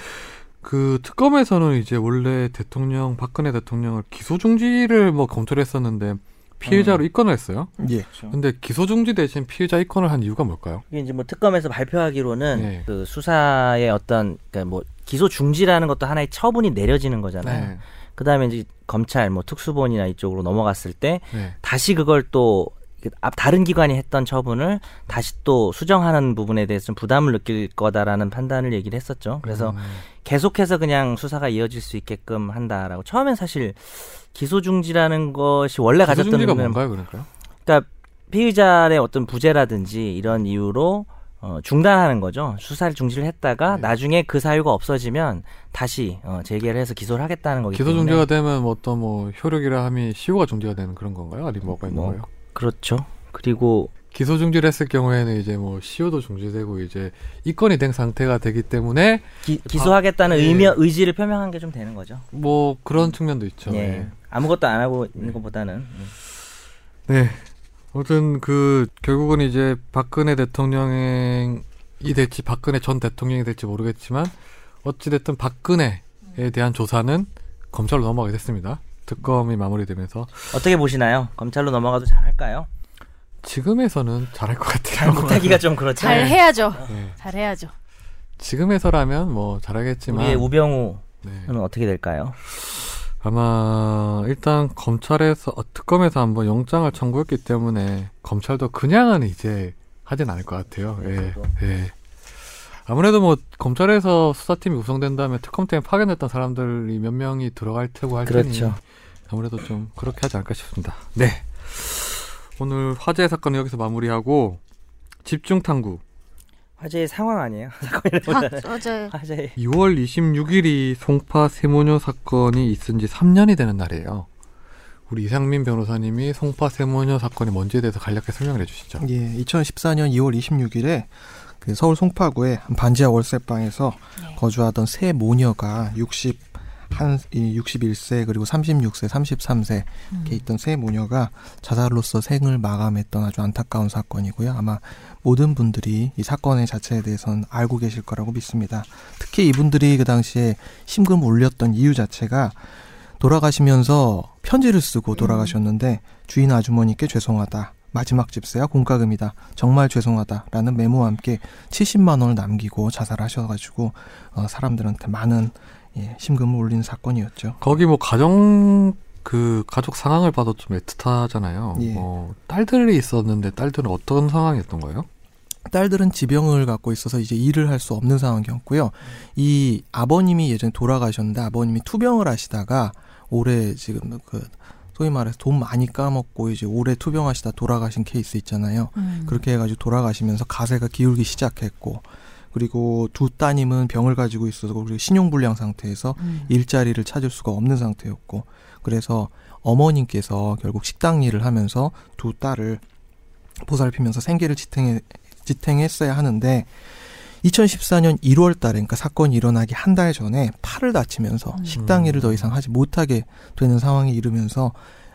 [SPEAKER 1] 그 특검에서는 이제 원래 대통령 박근혜 대통령을 기소 중지를 뭐 검토했었는데 피해자로
[SPEAKER 3] 음.
[SPEAKER 1] 입건을 했어요.
[SPEAKER 2] 예.
[SPEAKER 1] 근데 기소 중지 대신 피해자 입건을 한 이유가 뭘까요?
[SPEAKER 3] 이게 이제 뭐 특검에서 발표하기로는
[SPEAKER 1] 예.
[SPEAKER 3] 그 수사의 어떤 그러니까 뭐 기소 중지라는 것도 하나의 처분이 내려지는 거잖아요.
[SPEAKER 1] 네.
[SPEAKER 3] 그다음에 이제 검찰 뭐 특수본이나 이쪽으로 넘어갔을 때
[SPEAKER 1] 네.
[SPEAKER 3] 다시 그걸 또 이게 앞- 다른 기관이 했던 처분을 다시 또 수정하는 부분에 대해서 좀 부담을 느낄 거다라는 판단을 얘기를 했었죠. 그래서
[SPEAKER 1] 음,
[SPEAKER 3] 계속해서 그냥 수사가 이어질 수 있게끔 한다라고 처음엔 사실 기소 중지라는 것이 원래
[SPEAKER 1] 기소
[SPEAKER 3] 가졌던
[SPEAKER 1] 중지가
[SPEAKER 3] 의미는
[SPEAKER 1] 뭔가요, 그러니까요?
[SPEAKER 3] 그러니까 피의자의 어떤 부재라든지 이런 이유로 어, 중단하는 거죠. 수사를 중지를 했다가
[SPEAKER 1] 네.
[SPEAKER 3] 나중에 그 사유가 없어지면 다시 어, 재개를 해서 기소를 하겠다는 거기
[SPEAKER 1] 기소
[SPEAKER 3] 때문에
[SPEAKER 1] 중지가 되면 뭐 어떤 뭐 효력이라 함이 시효가 중지가 되는 그런 건가요? 아니면 뭐가 있는
[SPEAKER 3] 뭐.
[SPEAKER 1] 거예요?
[SPEAKER 3] 그렇죠. 그리고
[SPEAKER 1] 기소 중지를 했을 경우에는 이제 뭐 시효도 중지되고 이제 입건이 된 상태가 되기 때문에
[SPEAKER 3] 기, 기소하겠다는
[SPEAKER 1] 예.
[SPEAKER 3] 의미 의지를 표명한 게 좀 되는 거죠.
[SPEAKER 1] 뭐 그런 측면도 있죠.
[SPEAKER 3] 예.
[SPEAKER 1] 예.
[SPEAKER 3] 아무것도 안 하고 있는 것보다는 음.
[SPEAKER 1] 네. 아무튼 그 결국은 이제 박근혜 대통령이 될지 박근혜 전 대통령이 될지 모르겠지만 어찌 됐든 박근혜에 대한 조사는 검찰로 넘어가게 됐습니다. 특검이 마무리되면서
[SPEAKER 3] 어떻게 보시나요? 검찰로 넘어가도 잘할까요?
[SPEAKER 1] 지금에서는 잘할 것 같아요.
[SPEAKER 3] 못하기가 좀 그렇죠.
[SPEAKER 5] 잘 해야죠.
[SPEAKER 1] 네.
[SPEAKER 5] 잘 해야죠.
[SPEAKER 1] 지금에서라면 뭐 잘하겠지만
[SPEAKER 3] 우리의 우병우는
[SPEAKER 1] 네.
[SPEAKER 3] 어떻게 될까요?
[SPEAKER 1] 아마 일단 검찰에서 어, 특검에서 한번 영장을 청구했기 때문에 검찰도 그냥은 이제 하진 않을 것 같아요. 예.
[SPEAKER 3] 저도.
[SPEAKER 1] 예. 아무래도 뭐 검찰에서 수사팀이 구성된 다음에 특검팀에 파견됐던 사람들이 몇 명이 들어갈 테고 할 테니
[SPEAKER 3] 그렇죠.
[SPEAKER 1] 아무래도 좀 그렇게 하지 않을까 싶습니다. 네. 오늘 화재 사건은 여기서 마무리하고 집중 탐구
[SPEAKER 3] 화제의 상황 아니에요? 네.
[SPEAKER 4] 네.
[SPEAKER 5] 어제
[SPEAKER 3] 화제의
[SPEAKER 1] 2월 26일이 송파 세모녀 사건이 있은 지 3년이 되는 날이에요. 우리 이상민 변호사님이 송파 세모녀 사건이 뭔지에 대해서 간략하게 설명을 해주시죠.
[SPEAKER 2] 예, 2014년 2월 26일에 그 서울 송파구의 한 반지하 월세방에서
[SPEAKER 5] 네.
[SPEAKER 2] 거주하던 세 모녀가 60 한, 이 61세 그리고 36세, 33세 이렇게 있던 세 모녀가 자살로써 생을 마감했던 아주 안타까운 사건이고요. 아마 모든 분들이 이 사건의 자체에 대해서는 알고 계실 거라고 믿습니다. 특히 이분들이 그 당시에 심금 울렸던 이유 자체가 돌아가시면서 편지를 쓰고 돌아가셨는데 주인 아주머니께 죄송하다. 마지막 집세야 공과금이다. 정말 죄송하다라는 메모와 함께 70만 원을 남기고 자살하셔가지고 어, 사람들한테 많은 예, 심금을 울린 사건이었죠.
[SPEAKER 1] 거기 뭐 가정 그 가족 상황을 봐도 좀 애틋하잖아요.
[SPEAKER 2] 예.
[SPEAKER 1] 뭐 딸들이 있었는데 딸들은 어떤 상황이었던 거예요?
[SPEAKER 2] 딸들은 지병을 갖고 있어서 이제 일을 할 수 없는 상황이었고요. 이 아버님이 예전에 돌아가셨는데 아버님이 투병을 하시다가 올해 지금 그 소위 말해서 돈 많이 까먹고 이제 올해 투병하시다 돌아가신 케이스 있잖아요.
[SPEAKER 5] 음,
[SPEAKER 2] 그렇게 해가지고 돌아가시면서 가세가 기울기 시작했고 그리고 두 따님은 병을 가지고 있어서 그리고 신용불량 상태에서
[SPEAKER 5] 음.
[SPEAKER 2] 일자리를 찾을 수가 없는 상태였고 그래서 어머님께서 결국 식당 일을 하면서 두 딸을 보살피면서 생계를 지탱해, 지탱했어야 하는데 2014년 1월 달에 그러니까 사건이 일어나기 한 달 전에 팔을 다치면서
[SPEAKER 4] 음.
[SPEAKER 2] 식당 일을 더 이상 하지 못하게 되는 상황에 이르면서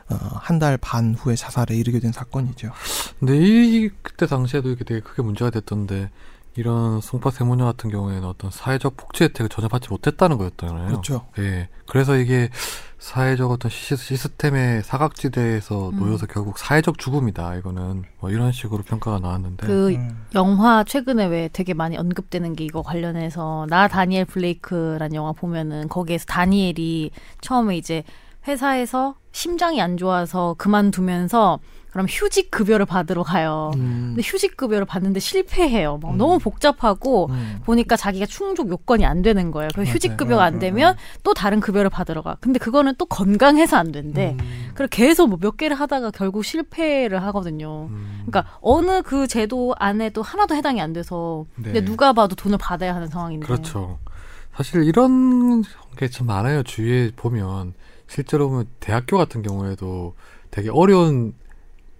[SPEAKER 2] 어, 한 달 반 후에 자살에 이르게 된 사건이죠.
[SPEAKER 1] 근데 이 그때 당시에도 이게 되게 크게 문제가 됐던데 이런 송파 세모녀 같은 경우에는 어떤 사회적 복지 혜택을 전혀 받지 못했다는 거였잖아요.
[SPEAKER 2] 그렇죠.
[SPEAKER 1] 예. 그래서 이게 사회적 어떤 시- 시스템의 사각지대에서
[SPEAKER 4] 음.
[SPEAKER 1] 놓여서 결국 사회적 죽음이다. 이거는 뭐 이런 식으로 평가가 나왔는데
[SPEAKER 4] 그
[SPEAKER 3] 음.
[SPEAKER 4] 영화 최근에 왜 되게 많이 언급되는 게 이거 관련해서 나 다니엘 블레이크란 영화 보면은 거기에서 다니엘이 처음에 이제 회사에서 심장이 안 좋아서 그만두면서 그럼 휴직 급여를 받으러 가요.
[SPEAKER 2] 음.
[SPEAKER 4] 근데 휴직 급여를 받는데 실패해요. 막
[SPEAKER 2] 음.
[SPEAKER 4] 너무 복잡하고
[SPEAKER 2] 음.
[SPEAKER 4] 보니까 자기가 충족 요건이 안 되는 거예요. 그래서
[SPEAKER 2] 맞아요. 음,
[SPEAKER 4] 휴직 급여가 안 되면 또 다른 급여를 받으러 가. 근데 그거는 또 건강해서 안 된대.
[SPEAKER 2] 음.
[SPEAKER 4] 그래 계속 뭐 몇 개를 하다가 결국 실패를 하거든요.
[SPEAKER 1] 음,
[SPEAKER 4] 그러니까 어느 그 제도 안에도 하나도 해당이 안 돼서 근데
[SPEAKER 1] 네.
[SPEAKER 4] 누가 봐도 돈을 받아야 하는 상황인데
[SPEAKER 1] 그렇죠. 사실 이런 게 참 많아요. 주위에 보면 실제로 보면 대학교 같은 경우에도 되게 어려운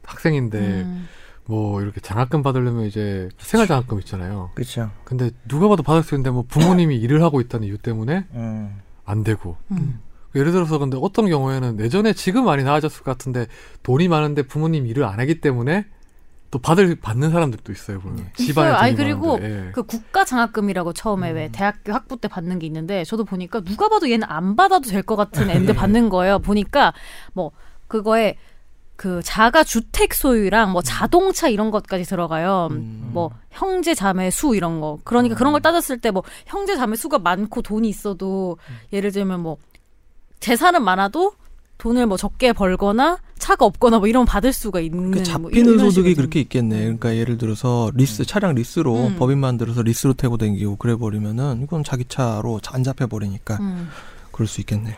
[SPEAKER 1] 학생인데
[SPEAKER 4] 음,
[SPEAKER 1] 뭐 이렇게 장학금 받으려면 이제 생활 장학금 있잖아요.
[SPEAKER 3] 그렇죠.
[SPEAKER 1] 근데 누가 봐도 받을 수 있는데 뭐 부모님이 일을 하고 있다는 이유 때문에
[SPEAKER 3] 음.
[SPEAKER 1] 안 되고
[SPEAKER 4] 음.
[SPEAKER 1] 예를 들어서 근데 어떤 경우에는 예전에 지금 많이 나아졌을 것 같은데 돈이 많은데 부모님 일을 안 하기 때문에 또 받을 받는 사람들도 있어요 보면
[SPEAKER 2] 예.
[SPEAKER 1] 집안에
[SPEAKER 4] 네.
[SPEAKER 1] 돈이
[SPEAKER 4] 있어요. 아니, 그리고
[SPEAKER 1] 많은데, 예.
[SPEAKER 4] 그 국가 장학금이라고 처음에 왜 대학교 학부 때 받는 게 있는데 저도 보니까 누가 봐도 얘는 안 받아도 될 것 같은
[SPEAKER 1] 네.
[SPEAKER 4] 애인데 받는 거예요. 보니까 뭐 그거에 그 자가 주택 소유랑
[SPEAKER 1] 음.
[SPEAKER 4] 뭐 자동차 이런 것까지 들어가요.
[SPEAKER 2] 음.
[SPEAKER 4] 뭐 형제 자매 수 이런 거 그러니까 그런 걸 따졌을 때 뭐 형제 자매 수가 많고 돈이 있어도
[SPEAKER 2] 음.
[SPEAKER 4] 예를 들면 뭐 재산은 많아도 돈을 뭐 적게 벌거나 차가 없거나 뭐 이런 받을 수가 있는
[SPEAKER 2] 그
[SPEAKER 4] 뭐
[SPEAKER 2] 잡히는
[SPEAKER 4] 이런
[SPEAKER 2] 소득이
[SPEAKER 4] 식으로
[SPEAKER 2] 그렇게 있겠네. 그러니까 예를 들어서 리스 차량 리스로
[SPEAKER 4] 음.
[SPEAKER 2] 법인 만들어서 리스로 태고 댕기고 그래 버리면은 이건 자기 차로 안 잡혀 버리니까
[SPEAKER 4] 좀, 음.
[SPEAKER 2] 그럴 수 있겠네요.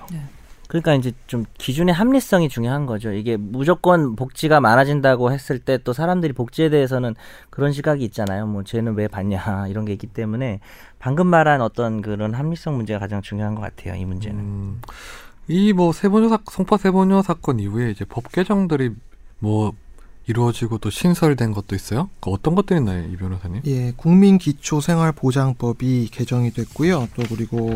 [SPEAKER 3] 그러니까 이제 좀 기준의 합리성이 중요한 거죠. 이게 무조건 복지가 많아진다고 했을 때 또 사람들이 복지에 대해서는 그런 시각이 있잖아요. 뭐 쟤는 왜 받냐 이런 게 있기 때문에 방금 말한 어떤 그런 합리성 문제가 가장 중요한 것 같아요. 이 문제는.
[SPEAKER 1] 음, 이뭐 세모녀 사 송파 세모녀 사건 이후에 이제 법 개정들이 뭐 이루어지고 또 신설된 것도 있어요. 그 어떤 것들이 있나요, 이 변호사님?
[SPEAKER 2] 예, 국민기초생활보장법이 개정이 됐고요. 또 그리고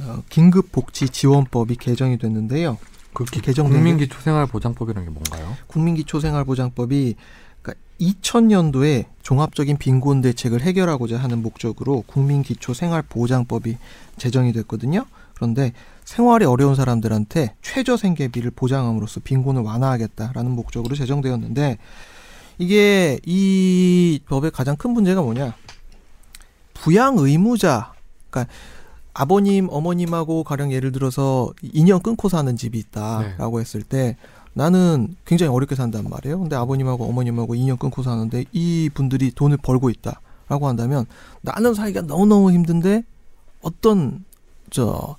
[SPEAKER 2] 어, 긴급복지지원법이 개정이 됐는데요.
[SPEAKER 1] 그
[SPEAKER 2] 기- 개정된
[SPEAKER 1] 국민기초생활보장법이라는 게 뭔가요?
[SPEAKER 2] 국민기초생활보장법이 그러니까 2000년도에 종합적인 빈곤 대책을 해결하고자 하는 목적으로 국민기초생활보장법이 제정이 됐거든요. 그런데 생활이 어려운 사람들한테 최저 생계비를 보장함으로써 빈곤을 완화하겠다라는 목적으로 제정되었는데 이게 이 법의 가장 큰 문제가 뭐냐? 부양 의무자 그러니까 아버님, 어머님하고 가령 예를 들어서 인연 끊고 사는 집이 있다라고 했을 때 나는 굉장히 어렵게 산단 말이에요. 근데 아버님하고 어머님하고 인연 끊고 사는데 이 분들이 돈을 벌고 있다라고 한다면 나는 살기가 너무너무 힘든데 어떤 저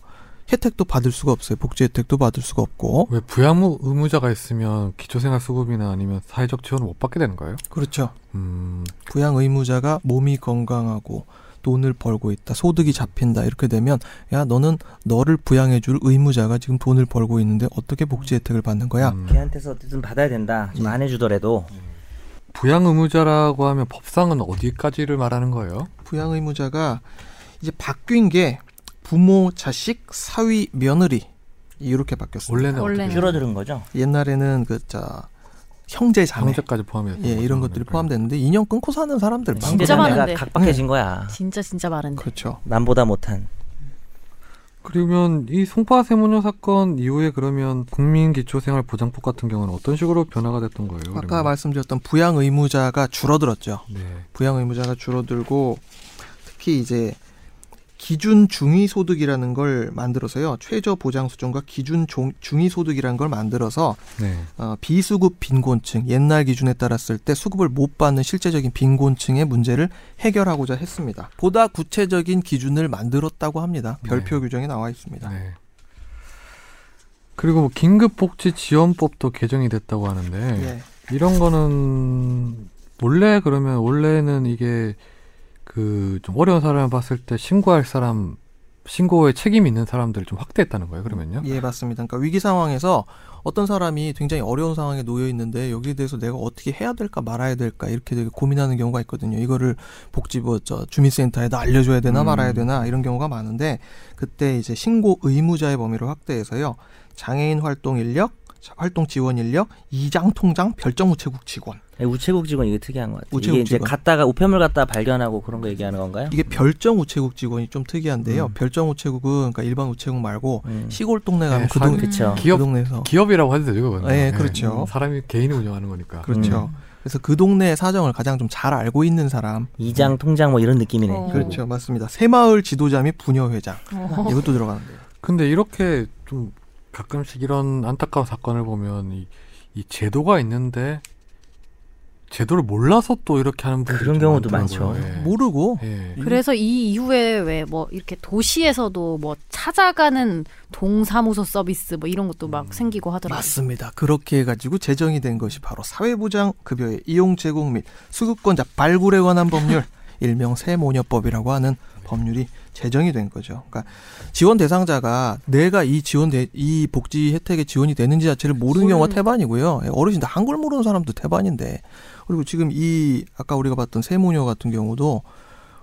[SPEAKER 2] 혜택도 받을 수가 없어요. 복지 혜택도 받을 수가 없고.
[SPEAKER 1] 왜 부양무 의무자가 있으면 기초생활수급이나 아니면 사회적 지원을 못 받게 되는 거예요?
[SPEAKER 2] 그렇죠.
[SPEAKER 1] 음,
[SPEAKER 2] 부양 의무자가 몸이 건강하고 돈을 벌고 있다. 소득이 잡힌다. 이렇게 되면 야, 너는 너를 부양해 줄 의무자가 지금 돈을 벌고 있는데 어떻게 복지 혜택을 받는 거야?
[SPEAKER 1] 음.
[SPEAKER 3] 걔한테서 어쨌든 받아야 된다. 좀 안 해주더라도.
[SPEAKER 1] 부양 의무자라고 하면 법상은 어디까지를 말하는 거예요?
[SPEAKER 2] 부양 의무자가 이제 바뀐 게 부모, 자식, 사위, 며느리 이렇게 바뀌었어요.
[SPEAKER 1] 원래는
[SPEAKER 4] 원래는.
[SPEAKER 1] 어떻게 돼요?
[SPEAKER 3] 줄어드는 거죠.
[SPEAKER 2] 옛날에는 그자 형제 자매
[SPEAKER 1] 형제까지 포함해서 뭐
[SPEAKER 2] 예 이런 것들이 포함됐는데 인연 끊고 사는
[SPEAKER 1] 네,
[SPEAKER 2] 사람들
[SPEAKER 4] 진짜
[SPEAKER 2] 음. 많거든요.
[SPEAKER 4] 많아요.
[SPEAKER 3] 내가
[SPEAKER 4] 음, 많은데.
[SPEAKER 3] 각박해진 거야.
[SPEAKER 4] 진짜 진짜 많은데
[SPEAKER 2] 그렇죠.
[SPEAKER 3] 남보다 못한.
[SPEAKER 1] 그러면 이 송파 세모녀 사건 이후에 그러면 국민기초생활보장법 같은 경우는 어떤 식으로 변화가 됐던 거예요?
[SPEAKER 2] 아까
[SPEAKER 1] 그러면?
[SPEAKER 2] 말씀드렸던 부양 의무자가 줄어들었죠.
[SPEAKER 1] 네.
[SPEAKER 2] 부양 의무자가 줄어들고 특히 이제 기준 중위 소득이라는 걸 만들어서요 최저 보장 수준과 기준 종- 중위 소득이라는 걸 만들어서
[SPEAKER 1] 네.
[SPEAKER 2] 어, 비수급 빈곤층 옛날 기준에 따랐을 때 수급을 못 받는 실제적인 빈곤층의 문제를 해결하고자 했습니다. 보다 구체적인 기준을 만들었다고 합니다. 별표 규정에 나와 있습니다.
[SPEAKER 1] 네. 그리고 뭐 긴급복지지원법도 개정이 됐다고 하는데
[SPEAKER 2] 예.
[SPEAKER 1] 이런 거는 원래 그러면 원래는 이게 그 좀 어려운 사람을 봤을 때 신고할 사람 신고에 책임 있는 사람들을 좀 확대했다는 거예요. 그러면요.
[SPEAKER 2] 예, 맞습니다. 그러니까 위기 상황에서 어떤 사람이 굉장히 어려운 상황에 놓여 있는데 여기에 대해서 내가 어떻게 해야 될까 말아야 될까 이렇게 되게 고민하는 경우가 있거든요. 이거를 복지부 저 주민센터에다 알려줘야 되나
[SPEAKER 1] 음.
[SPEAKER 2] 말아야 되나 이런 경우가 많은데 그때 이제 신고 의무자의 범위를 확대해서요 장애인 활동 인력, 자- 활동 지원 인력, 이장 통장 별정 우체국 직원
[SPEAKER 3] 아니, 우체국 직원 이게 특이한 것 같아요.
[SPEAKER 2] 우체국
[SPEAKER 3] 이게 이제
[SPEAKER 2] 직원.
[SPEAKER 3] 갔다가 우편물 갔다 발견하고 그런 거 얘기하는 건가요?
[SPEAKER 2] 이게 별정 우체국 직원이 좀 특이한데요.
[SPEAKER 1] 음.
[SPEAKER 2] 별정 우체국은 그러니까 일반 우체국 말고
[SPEAKER 3] 음.
[SPEAKER 2] 시골 동네 가면
[SPEAKER 1] 네,
[SPEAKER 2] 그, 동,
[SPEAKER 1] 산-
[SPEAKER 3] 그쵸.
[SPEAKER 2] 그
[SPEAKER 1] 기업
[SPEAKER 2] 동네에서
[SPEAKER 1] 기업이라고 해도 되죠, 그건.
[SPEAKER 2] 예, 그렇죠.
[SPEAKER 1] 사람이 개인이 운영하는 거니까.
[SPEAKER 2] 그렇죠. 그래서 그 동네의 사정을 가장 좀 잘 알고 있는 사람.
[SPEAKER 3] 이장 통장 뭐 이런 느낌이네.
[SPEAKER 4] 어.
[SPEAKER 2] 그렇죠. 맞습니다. 새마을 지도자 및 부녀회장.
[SPEAKER 4] 어.
[SPEAKER 2] 이것도 들어가는데요.
[SPEAKER 1] 근데 이렇게 좀 가끔씩 이런 안타까운 사건을 보면 이, 이 제도가 있는데 제도를 몰라서 또 이렇게 하는 분들
[SPEAKER 3] 그런 경우도 많죠. 뭐
[SPEAKER 1] 예.
[SPEAKER 2] 모르고
[SPEAKER 1] 예.
[SPEAKER 4] 그래서 이 이후에 왜 뭐 이렇게 도시에서도 뭐 찾아가는 동사무소 서비스 뭐 이런 것도
[SPEAKER 2] 음.
[SPEAKER 4] 막 생기고 하더라고요.
[SPEAKER 2] 맞습니다. 그렇게 해가지고 제정이 된 것이 바로 사회보장 급여의 이용 제공 및 수급권자 발굴에 관한 법률, 일명 세모녀법이라고 하는 법률이 제정이 된 거죠. 그러니까 지원 대상자가 내가 이 지원 대, 이 복지 혜택에 지원이 되는지 자체를
[SPEAKER 4] 음.
[SPEAKER 2] 모르는 경우가 태반이고요. 예, 어르신들 한글 모르는 사람도 태반인데 그리고 지금 이 아까 우리가 봤던 세모녀 같은 경우도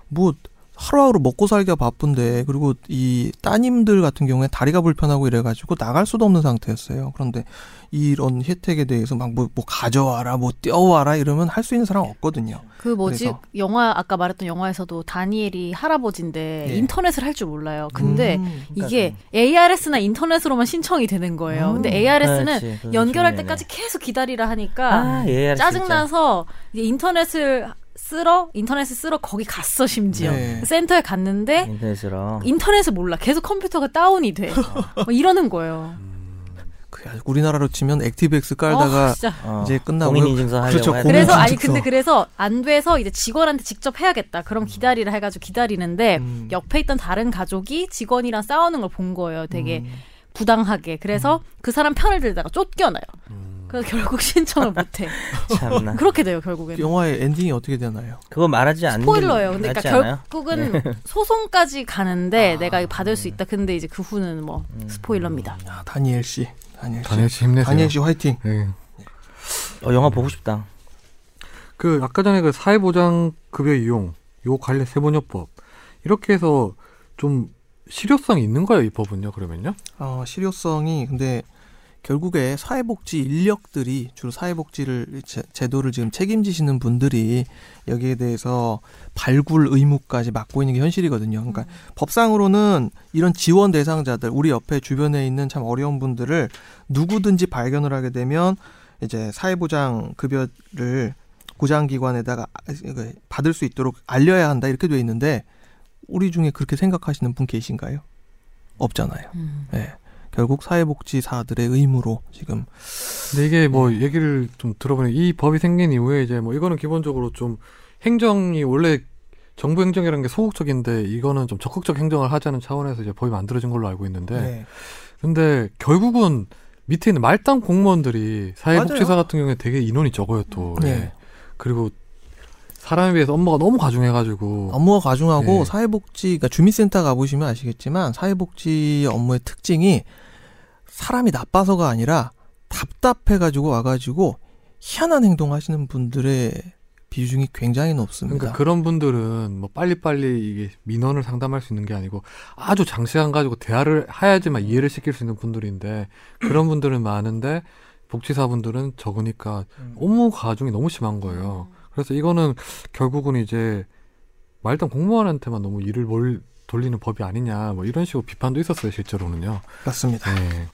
[SPEAKER 2] 뭐 하루하루 먹고 살기가 바쁜데 그리고 이 따님들 같은 경우에 다리가 불편하고 이래가지고 나갈 수도 없는 상태였어요. 그런데 이런 혜택에 대해서 막 뭐 가져와라 뭐 떼어와라 이러면 할 수 있는 사람 없거든요.
[SPEAKER 4] 그 뭐지
[SPEAKER 2] 그래서.
[SPEAKER 4] 영화 아까 말했던 영화에서도 다니엘이 할아버지인데
[SPEAKER 2] 예.
[SPEAKER 4] 인터넷을 할 줄 몰라요. 근데
[SPEAKER 2] 음.
[SPEAKER 4] 이게 ARS나 인터넷으로만 신청이 되는 거예요.
[SPEAKER 3] 음.
[SPEAKER 4] 근데 ARS는
[SPEAKER 3] 그렇지. 그건
[SPEAKER 4] 연결할
[SPEAKER 3] 좋네.
[SPEAKER 4] 때까지 계속 기다리라 하니까
[SPEAKER 3] 아, 예, 알았어,
[SPEAKER 4] 짜증나서 이제 인터넷을 쓸어 인터넷을 쓸어 거기 갔어 심지어
[SPEAKER 2] 네.
[SPEAKER 4] 센터에
[SPEAKER 3] 진짜.
[SPEAKER 4] 갔는데
[SPEAKER 3] 인터넷으로.
[SPEAKER 2] 어,
[SPEAKER 4] 인터넷을 몰라 계속 컴퓨터가 다운이 돼 뭐 이러는 거예요.
[SPEAKER 2] 그 우리나라로 치면 액티브엑스 깔다가
[SPEAKER 4] 어, 진짜.
[SPEAKER 3] 어,
[SPEAKER 2] 이제 끝나고요.
[SPEAKER 3] 공인인증서 하려고
[SPEAKER 2] 그렇죠,
[SPEAKER 3] 해야
[SPEAKER 2] 공인-
[SPEAKER 4] 그래서
[SPEAKER 3] 되나?
[SPEAKER 4] 아니
[SPEAKER 2] 공인중개사.
[SPEAKER 4] 근데 그래서 안 돼서 이제 직원한테 직접 해야겠다. 그럼 기다리라 해가지고 기다리는데
[SPEAKER 2] 음.
[SPEAKER 4] 옆에 있던 다른 가족이 직원이랑 싸우는 걸 본 거예요. 되게
[SPEAKER 2] 음.
[SPEAKER 4] 부당하게. 그래서 그 사람 편을 들다가 쫓겨나요. 그래서 결국 신청을 못해.
[SPEAKER 3] 참나.
[SPEAKER 4] 그렇게 돼요 결국에는.
[SPEAKER 2] 영화의 엔딩이 어떻게 되나요?
[SPEAKER 3] 그거 말하지 않는
[SPEAKER 4] 스포일러예요.
[SPEAKER 3] 게
[SPEAKER 4] 근데 그러니까
[SPEAKER 3] 낫지 않아요?
[SPEAKER 4] 결국은 아, 소송까지 가는데 내가 받을 수 있다. 근데 이제 그 후는 뭐 스포일러입니다.
[SPEAKER 2] 아, 다니엘 씨, 다니엘 씨,
[SPEAKER 1] 다니엘 씨 힘내세요.
[SPEAKER 2] 다니엘 씨 화이팅.
[SPEAKER 1] 예.
[SPEAKER 3] 어, 영화 보고 싶다.
[SPEAKER 1] 그 아까 전에 그 사회보장 급여 이용 요 관련 세무녀법 이렇게 해서 좀 실효성 이 있는 거예요 이 법은요 그러면요
[SPEAKER 2] 어, 실효성이 근데 결국에 사회복지 인력들이 주로 사회복지를 제- 제도를 지금 책임지시는 분들이 여기에 대해서 발굴 의무까지 맡고 있는 게 현실이거든요. 그러니까 법상으로는 이런 지원 대상자들 우리 옆에 주변에 있는 참 어려운 분들을 누구든지 발견을 하게 되면 이제 사회보장 급여를 고장기관에다가 아, 그 받을 수 있도록 알려야 한다 이렇게 돼 있는데 우리 중에 그렇게 생각하시는 분 계신가요? 없잖아요.
[SPEAKER 4] 음.
[SPEAKER 2] 예. 결국 사회복지사들의 의무로 지금
[SPEAKER 1] 근데 이게 뭐
[SPEAKER 2] 음.
[SPEAKER 1] 얘기를 좀 들어보니 이 법이 생긴 이후에 이제 뭐 이거는 기본적으로 좀 행정이 원래 정부 행정이라는 게 소극적인데 이거는 좀 적극적 행정을 하자는 차원에서 이제 법이 만들어진 걸로 알고 있는데
[SPEAKER 2] 네.
[SPEAKER 1] 근데 결국은 밑에 있는 말단 공무원들이 사회복지사
[SPEAKER 2] 맞아요.
[SPEAKER 1] 같은 경우에 되게 인원이 적어요 또
[SPEAKER 2] 네.
[SPEAKER 1] 예. 그리고 사람에 비해서 업무가 너무 가중해가지고
[SPEAKER 2] 업무가 가중하고
[SPEAKER 1] 네.
[SPEAKER 2] 사회복지 그러니까 주민센터 가보시면 아시겠지만 사회복지 업무의 특징이 사람이 나빠서가 아니라 답답해가지고 와가지고 희한한 행동하시는 분들의 비중이 굉장히 높습니다.
[SPEAKER 1] 그러니까 그런 분들은 뭐 빨리빨리 이게 민원을 상담할 수 있는 게 아니고 아주 장시간 가지고 대화를 해야지만 이해를 시킬 수 있는 분들인데 그런 분들은 많은데 복지사분들은 적으니까 업무 과중이 너무 심한 음. 거예요. 그래서 이거는 결국은 이제 말단 공무원한테만 너무 일을 몰 돌리는 법이 아니냐 뭐 이런 식으로 비판도 있었어요 실제로는요.
[SPEAKER 2] 맞습니다.
[SPEAKER 1] 네.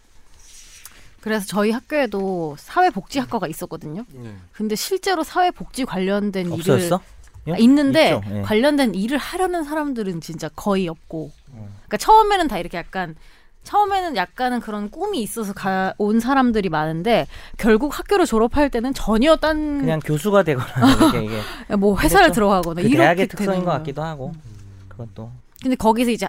[SPEAKER 5] 그래서 저희 학교에도 사회복지학과가 있었거든요.
[SPEAKER 1] 네.
[SPEAKER 5] 근데 실제로 사회복지 관련된
[SPEAKER 3] 없어졌어?
[SPEAKER 5] 일을 아, 있는데
[SPEAKER 3] 있죠, 예.
[SPEAKER 5] 관련된 일을 하려는 사람들은 진짜 거의 없고.
[SPEAKER 3] 어.
[SPEAKER 5] 그러니까 처음에는 다 이렇게 약간 처음에는 약간은 그런 꿈이 있어서 가, 온 사람들이 많은데 결국 학교를 졸업할 때는 전혀 딴
[SPEAKER 3] 그냥 교수가 되거나 이렇게 이게
[SPEAKER 5] 뭐 회사를
[SPEAKER 3] 그렇죠.
[SPEAKER 5] 들어가거나
[SPEAKER 3] 그
[SPEAKER 5] 이렇게
[SPEAKER 3] 대학의
[SPEAKER 5] 되는
[SPEAKER 3] 특성인 것
[SPEAKER 5] 거예요.
[SPEAKER 3] 같기도 하고 그것도
[SPEAKER 5] 근데 거기서 이제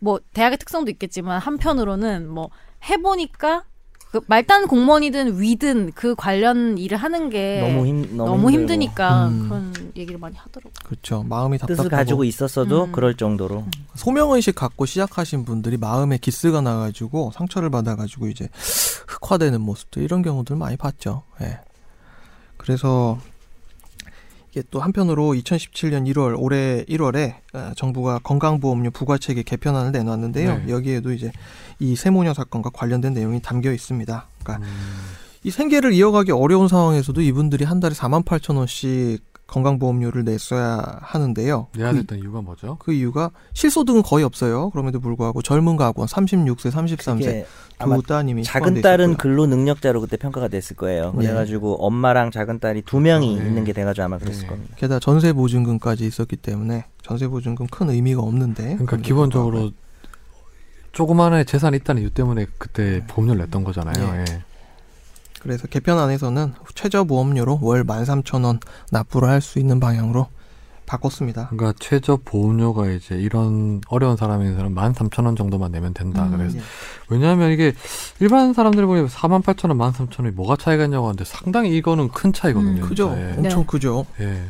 [SPEAKER 5] 뭐 대학의 특성도 있겠지만 한편으로는 뭐 해보니까 그 말단 공무원이든 위든 그 관련 일을 하는
[SPEAKER 4] 네.
[SPEAKER 5] 게
[SPEAKER 3] 너무 힘
[SPEAKER 5] 너무,
[SPEAKER 3] 너무, 힘들고
[SPEAKER 5] 힘드니까
[SPEAKER 2] 음.
[SPEAKER 5] 그런 얘기를 많이 하더라고요.
[SPEAKER 2] 그렇죠. 마음이 답답하고
[SPEAKER 3] 뜻을 가지고 있었어도
[SPEAKER 5] 음.
[SPEAKER 3] 그럴 정도로
[SPEAKER 2] 소명의식 갖고 시작하신 분들이 마음에 기스가 나가지고 상처를 받아가지고 이제 흑화되는 모습들 이런 경우들 많이 봤죠. 예. 그래서 이게 또 한편으로 2017년 1월 올해 1월에 어, 정부가 건강보험료 부과체계 개편안을 내놨는데요.
[SPEAKER 1] 네.
[SPEAKER 2] 여기에도 이제 이 세모녀 사건과 관련된 내용이 담겨 있습니다. 그러니까
[SPEAKER 1] 음,
[SPEAKER 2] 이 생계를 이어가기 어려운 상황에서도 이분들이 한 달에 4만 8천 원씩 건강보험료를 냈어야 하는데요.
[SPEAKER 1] 내야
[SPEAKER 2] 그
[SPEAKER 1] 됐던 이유가 뭐죠?
[SPEAKER 2] 그 이유가 실소득은 거의 없어요. 그럼에도 불구하고 젊은 가구원 36세, 33세
[SPEAKER 3] 이게 아마
[SPEAKER 2] 두 따님이
[SPEAKER 3] 작은
[SPEAKER 2] 포함돼
[SPEAKER 3] 딸은
[SPEAKER 2] 있었고요.
[SPEAKER 3] 근로 능력자로 그때 평가가 됐을 거예요.
[SPEAKER 2] 예.
[SPEAKER 3] 그래가지고 엄마랑 작은 딸이 두 명이
[SPEAKER 1] 네.
[SPEAKER 3] 있는 게 돼가지고 아마 그랬을
[SPEAKER 1] 네.
[SPEAKER 3] 겁니다.
[SPEAKER 2] 게다가 전세 보증금까지 있었기 때문에 전세 보증금 큰 의미가 없는데
[SPEAKER 1] 그러니까
[SPEAKER 2] 그럼에도
[SPEAKER 1] 기본적으로 조그만한 재산이 있다는 이유 때문에 그때 보험료를 냈던 거잖아요. 예.
[SPEAKER 2] 불구하고. 그래서 개편안에서는 최저 보험료로 월 13,000원 납부를 할 수 있는 방향으로 바꿨습니다.
[SPEAKER 1] 그러니까 최저 보험료가 이제 이런 어려운 사람에서는 13,000원 정도만 내면 된다.
[SPEAKER 5] 음.
[SPEAKER 2] 예.
[SPEAKER 1] 그래서 왜냐하면 이게 일반 사람들이 보면 48,000원, 13,000원이 뭐가 차이가 있냐고 하는데 상당히 이거는 큰 차이거든요.
[SPEAKER 5] 음.
[SPEAKER 2] 크죠?
[SPEAKER 1] 진짜. 예.
[SPEAKER 2] 엄청
[SPEAKER 5] 네.
[SPEAKER 2] 크죠?
[SPEAKER 1] 예.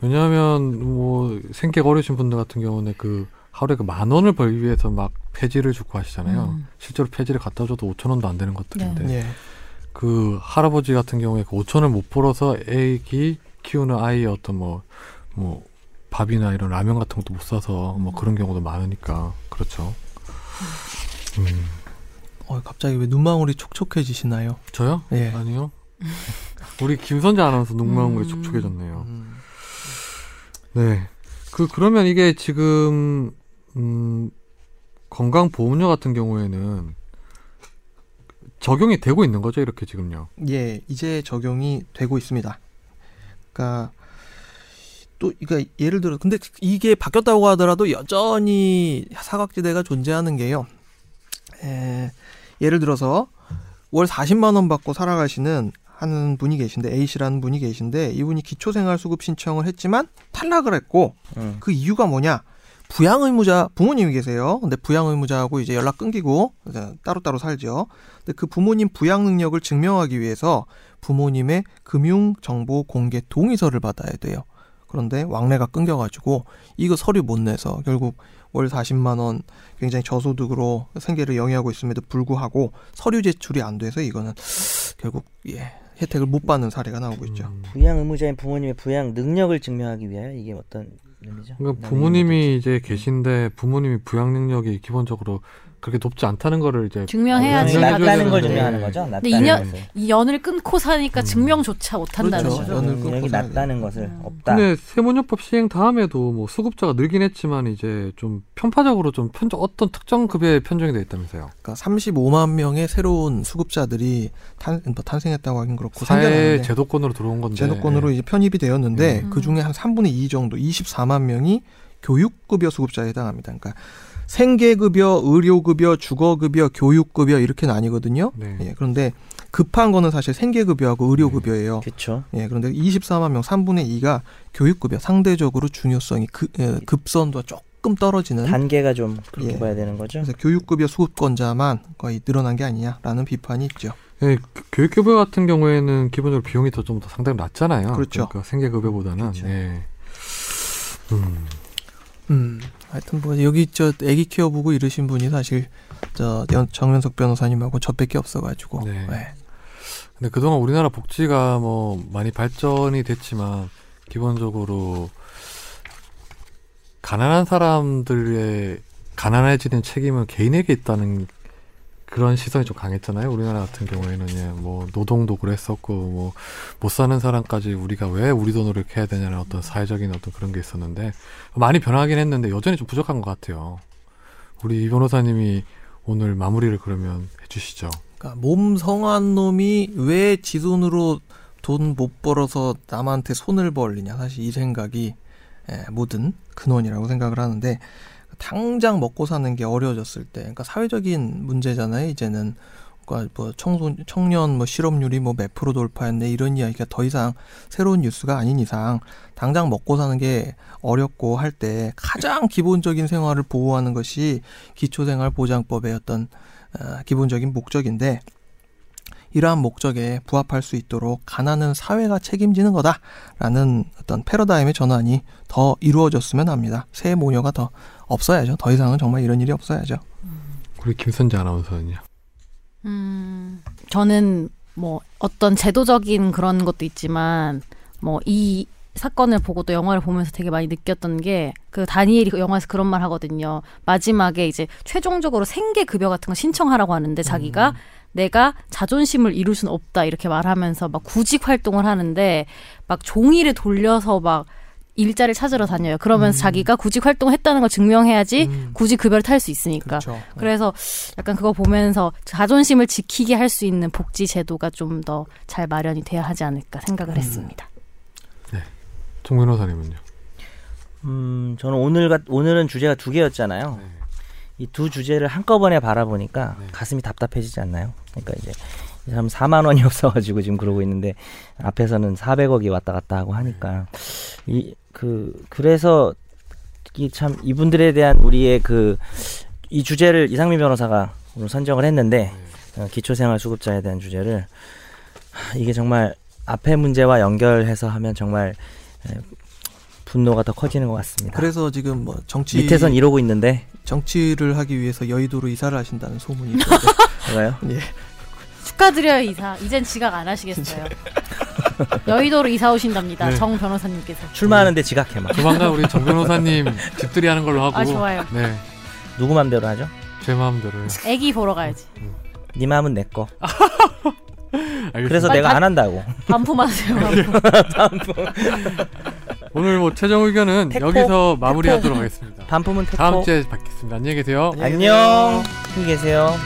[SPEAKER 1] 왜냐하면 뭐 생계가 어려우신 분들 같은 경우는 그 하루에 그 만 원을 벌기 위해서 막 폐지를 주고 하시잖아요.
[SPEAKER 5] 음. 네.
[SPEAKER 1] 실제로 폐지를 갖다 줘도 5천 원도 안 되는 것들인데
[SPEAKER 2] 예.
[SPEAKER 1] 그 할아버지 같은 경우에 그 5천 원을 못 벌어서 애기 키우는 아이의 어떤 뭐 뭐 밥이나 이런 라면 같은 것도 못 사서 뭐 그런 경우도 많으니까 그렇죠. 음.
[SPEAKER 2] 어, 갑자기 왜 눈망울이 촉촉해지시나요?
[SPEAKER 1] 저요?
[SPEAKER 2] 예.
[SPEAKER 1] 아니요. 우리 김선재 아나운서 눈망울이
[SPEAKER 5] 음.
[SPEAKER 1] 촉촉해졌네요.
[SPEAKER 2] 음.
[SPEAKER 1] 네. 그 그러면 이게 지금 음 건강 보험료 같은 경우에는 적용이 되고 있는 거죠, 이렇게 지금요.
[SPEAKER 2] 예, 이제 적용이 되고 있습니다. 그러니까 또 그러니까 예를 들어 근데 이게 바뀌었다고 하더라도 여전히 사각지대가 존재하는 게요. 에, 예를 들어서 월 40만 원 받고 살아가시는 한 분이 계신데 A 씨라는 분이 계신데 이분이 기초생활수급 신청을 했지만 탈락을 했고
[SPEAKER 3] 음.
[SPEAKER 2] 그 이유가 뭐냐? 부양 의무자 부모님이 계세요. 근데 부양 의무자하고 이제 연락 끊기고 이제 따로따로 살죠. 근데 그 부모님 부양 능력을 증명하기 위해서 부모님의 금융 정보 공개 동의서를 받아야 돼요. 그런데 왕래가 끊겨 가지고 이거 서류 못 내서 결국 월 40만 원 굉장히 저소득으로 생계를 영위하고 있음에도 불구하고 서류 제출이 안 돼서 이거는 결국 예, 혜택을 못 받는 사례가 나오고 있죠.
[SPEAKER 1] 음.
[SPEAKER 3] 부양 의무자인 부모님의 부양 능력을 증명하기 위하여 이게 어떤 의미죠?
[SPEAKER 1] 그러니까
[SPEAKER 2] 네,
[SPEAKER 3] 어떤
[SPEAKER 1] 부모님이
[SPEAKER 3] 의미겠지.
[SPEAKER 1] 이제 계신데 부모님이 부양 능력이 기본적으로 그렇게 높지 않다는 거를 이제
[SPEAKER 5] 증명해야지.
[SPEAKER 1] 증명해줘야
[SPEAKER 3] 낫다는 어, 네. 걸
[SPEAKER 1] 되는데.
[SPEAKER 2] 네.
[SPEAKER 3] 증명하는 거죠.
[SPEAKER 5] 근데
[SPEAKER 3] 낫다는
[SPEAKER 5] 인연-
[SPEAKER 3] 것을.
[SPEAKER 5] 이 연을 끊고 사니까
[SPEAKER 1] 음.
[SPEAKER 5] 증명조차 못 한다는
[SPEAKER 2] 그렇죠.
[SPEAKER 5] 거죠.
[SPEAKER 2] 연을 끊고
[SPEAKER 3] 능력이
[SPEAKER 2] 살아야
[SPEAKER 3] 낫다는 것을
[SPEAKER 5] 음.
[SPEAKER 3] 없다.
[SPEAKER 1] 근데 세무녀법 시행 다음에도 뭐 수급자가 늘긴 했지만 이제 좀 편파적으로 좀 편정 어떤 특정 급에 편정이 돼 있다면서요.
[SPEAKER 2] 그러니까 35만 명의 새로운 수급자들이 탄, 뭐 탄생했다고 하긴 그렇고
[SPEAKER 1] 사회
[SPEAKER 2] 생겨났는데
[SPEAKER 1] 제도권으로 들어온 건데 예.
[SPEAKER 2] 제도권으로 이제 편입이 되었는데
[SPEAKER 5] 음.
[SPEAKER 2] 그 중에 한 3분의 2 정도 24만 명이 교육급여 수급자에 해당합니다. 그러니까 생계급여, 의료급여, 주거급여, 교육급여 이렇게 나뉘거든요.
[SPEAKER 1] 네.
[SPEAKER 2] 예, 그런데 급한 거는 사실 생계급여하고 의료급여예요.
[SPEAKER 3] 그렇죠.
[SPEAKER 1] 네.
[SPEAKER 2] 예, 그런데 24만 명 3분의 2가 교육급여 상대적으로 중요성이 그, 예, 급선도가 조금 떨어지는
[SPEAKER 3] 단계가 좀 그렇게
[SPEAKER 2] 음. 예.
[SPEAKER 3] 봐야 되는 거죠.
[SPEAKER 2] 그래서 교육급여 수급권자만 거의 늘어난 게 아니냐라는 비판이 있죠.
[SPEAKER 1] 예, 그- 교육급여 같은 경우에는 기본적으로 비용이 더 좀 더 상당히 낮잖아요.
[SPEAKER 2] 그렇죠.
[SPEAKER 1] 러니까 생계급여보다는
[SPEAKER 3] 그렇죠.
[SPEAKER 1] 예. 음,
[SPEAKER 2] 음. 하여튼 뭐 여기 저 아기 키워보고 이러신 분이 사실 저 연- 정연석 변호사님하고 저밖에 없어가지고
[SPEAKER 1] 네.
[SPEAKER 2] 네.
[SPEAKER 1] 근데 그동안 우리나라 복지가 뭐 많이 발전이 됐지만 기본적으로 가난한 사람들의 가난해지는 책임은 개인에게 있다는 그런 시선이 좀 강했잖아요. 우리나라 같은 경우에는 예, 뭐 노동도 그랬었고 뭐 못 사는 사람까지 우리가 왜 우리 돈으로 이렇게 해야 되냐는 어떤 사회적인 어떤 그런 게 있었는데 많이 변하긴 했는데 여전히 좀 부족한 것 같아요. 우리 이 변호사님이 오늘 마무리를 그러면 해주시죠.
[SPEAKER 2] 그러니까 몸 성한 놈이 왜 지 돈으로 돈 못 벌어서 남한테 손을 벌리냐 사실 이 생각이 예, 모든 근원이라고 생각을 하는데 당장 먹고 사는 게 어려워졌을 때 그러니까 사회적인 문제잖아요 이제는 그러니까 뭐 청소, 청년 뭐 실업률이 뭐 몇 프로 돌파했네 이런 이야기가 더 이상 새로운 뉴스가 아닌 이상 당장 먹고 사는 게 어렵고 할 때 가장 기본적인 생활을 보호하는 것이 기초생활보장법의 어떤 어, 기본적인 목적인데 이러한 목적에 부합할 수 있도록 가난은 사회가 책임지는 거다라는 어떤 패러다임의 전환이 더 이루어졌으면 합니다. 새 모녀가 더 없어야죠. 더 이상은 정말 이런 일이 없어야죠.
[SPEAKER 1] 우리 김선재 아나운서는요.
[SPEAKER 4] 음, 저는 뭐 어떤 제도적인 그런 것도 있지만 뭐 이 사건을 보고 또 영화를 보면서 되게 많이 느꼈던 게 그 다니엘이 그 영화에서 그런 말 하거든요. 마지막에 이제 최종적으로 생계 급여 같은 거 신청하라고 하는데
[SPEAKER 2] 음.
[SPEAKER 4] 자기가 내가 자존심을 이룰 수는 없다 이렇게 말하면서 막 구직 활동을 하는데 막 종이를 돌려서 막 일자를 찾으러 다녀요. 그러면서
[SPEAKER 2] 음.
[SPEAKER 4] 자기가 구직 활동했다는 걸 증명해야지 구직 급여를 그 탈 수 있으니까.
[SPEAKER 2] 그렇죠.
[SPEAKER 4] 음, 그러니까. 그래서 약간 그거 보면서 자존심을 지키게 할 수 있는 복지 제도가 좀 더 잘 마련이 돼야 하지 않을까 생각을
[SPEAKER 2] 음.
[SPEAKER 4] 했습니다.
[SPEAKER 1] 송 변호사님은요.
[SPEAKER 3] 음, 저는 오늘 같 오늘은 주제가 두 개였잖아요.
[SPEAKER 1] 네.
[SPEAKER 3] 이 두 주제를 한꺼번에 바라보니까
[SPEAKER 1] 네.
[SPEAKER 3] 가슴이 답답해지지 않나요? 그러니까 이제 이 사람 4만 원이 없어가지고 지금 그러고 있는데 앞에서는 400억이 왔다 갔다 하고 하니까 이 그 그래서 이 참 이분들에 대한 우리의 그 이 주제를 이상민 변호사가 오늘 선정을 했는데 어, 기초생활수급자에 대한 주제를 하, 이게 정말 앞의 문제와 연결해서 하면 정말 에, 분노가 더 커지는 것 같습니다.
[SPEAKER 2] 그래서 지금 뭐 정치
[SPEAKER 3] 밑에선 이러고 있는데
[SPEAKER 2] 정치를 하기 위해서 여의도로 이사를 하신다는 소문이 있는데
[SPEAKER 3] 그래요?
[SPEAKER 4] 축하드려요 이사. 이젠 지각 안 하시겠어요. 여의도로 이사 오신답니다.
[SPEAKER 1] 네.
[SPEAKER 4] 정
[SPEAKER 2] 아,
[SPEAKER 4] 변호사님께서.
[SPEAKER 3] 출마하는데 지각해 막
[SPEAKER 1] 조만간 우리 정 변호사님 집들이 하는 걸로 하고.
[SPEAKER 4] 아 좋아요.
[SPEAKER 1] 네,
[SPEAKER 3] 누구 맘대로 하죠?
[SPEAKER 1] 제 마음대로.
[SPEAKER 4] 애기 보러 가야지.
[SPEAKER 3] 네 마음은 내 거.
[SPEAKER 1] 알겠습니다.
[SPEAKER 3] 그래서
[SPEAKER 4] 빨리
[SPEAKER 3] 내가
[SPEAKER 4] 가-
[SPEAKER 3] 안 한다고.
[SPEAKER 4] 반품하세요. 반품.
[SPEAKER 1] 오늘 뭐 최종 의견은
[SPEAKER 3] 네. 택포,
[SPEAKER 1] 여기서 마무리하도록 하겠습니다.
[SPEAKER 3] 반품은
[SPEAKER 1] 다음
[SPEAKER 3] 태코.
[SPEAKER 1] 주에 뵙겠습니다. 안녕히 계세요.
[SPEAKER 3] 안녕. 힘히 계세요.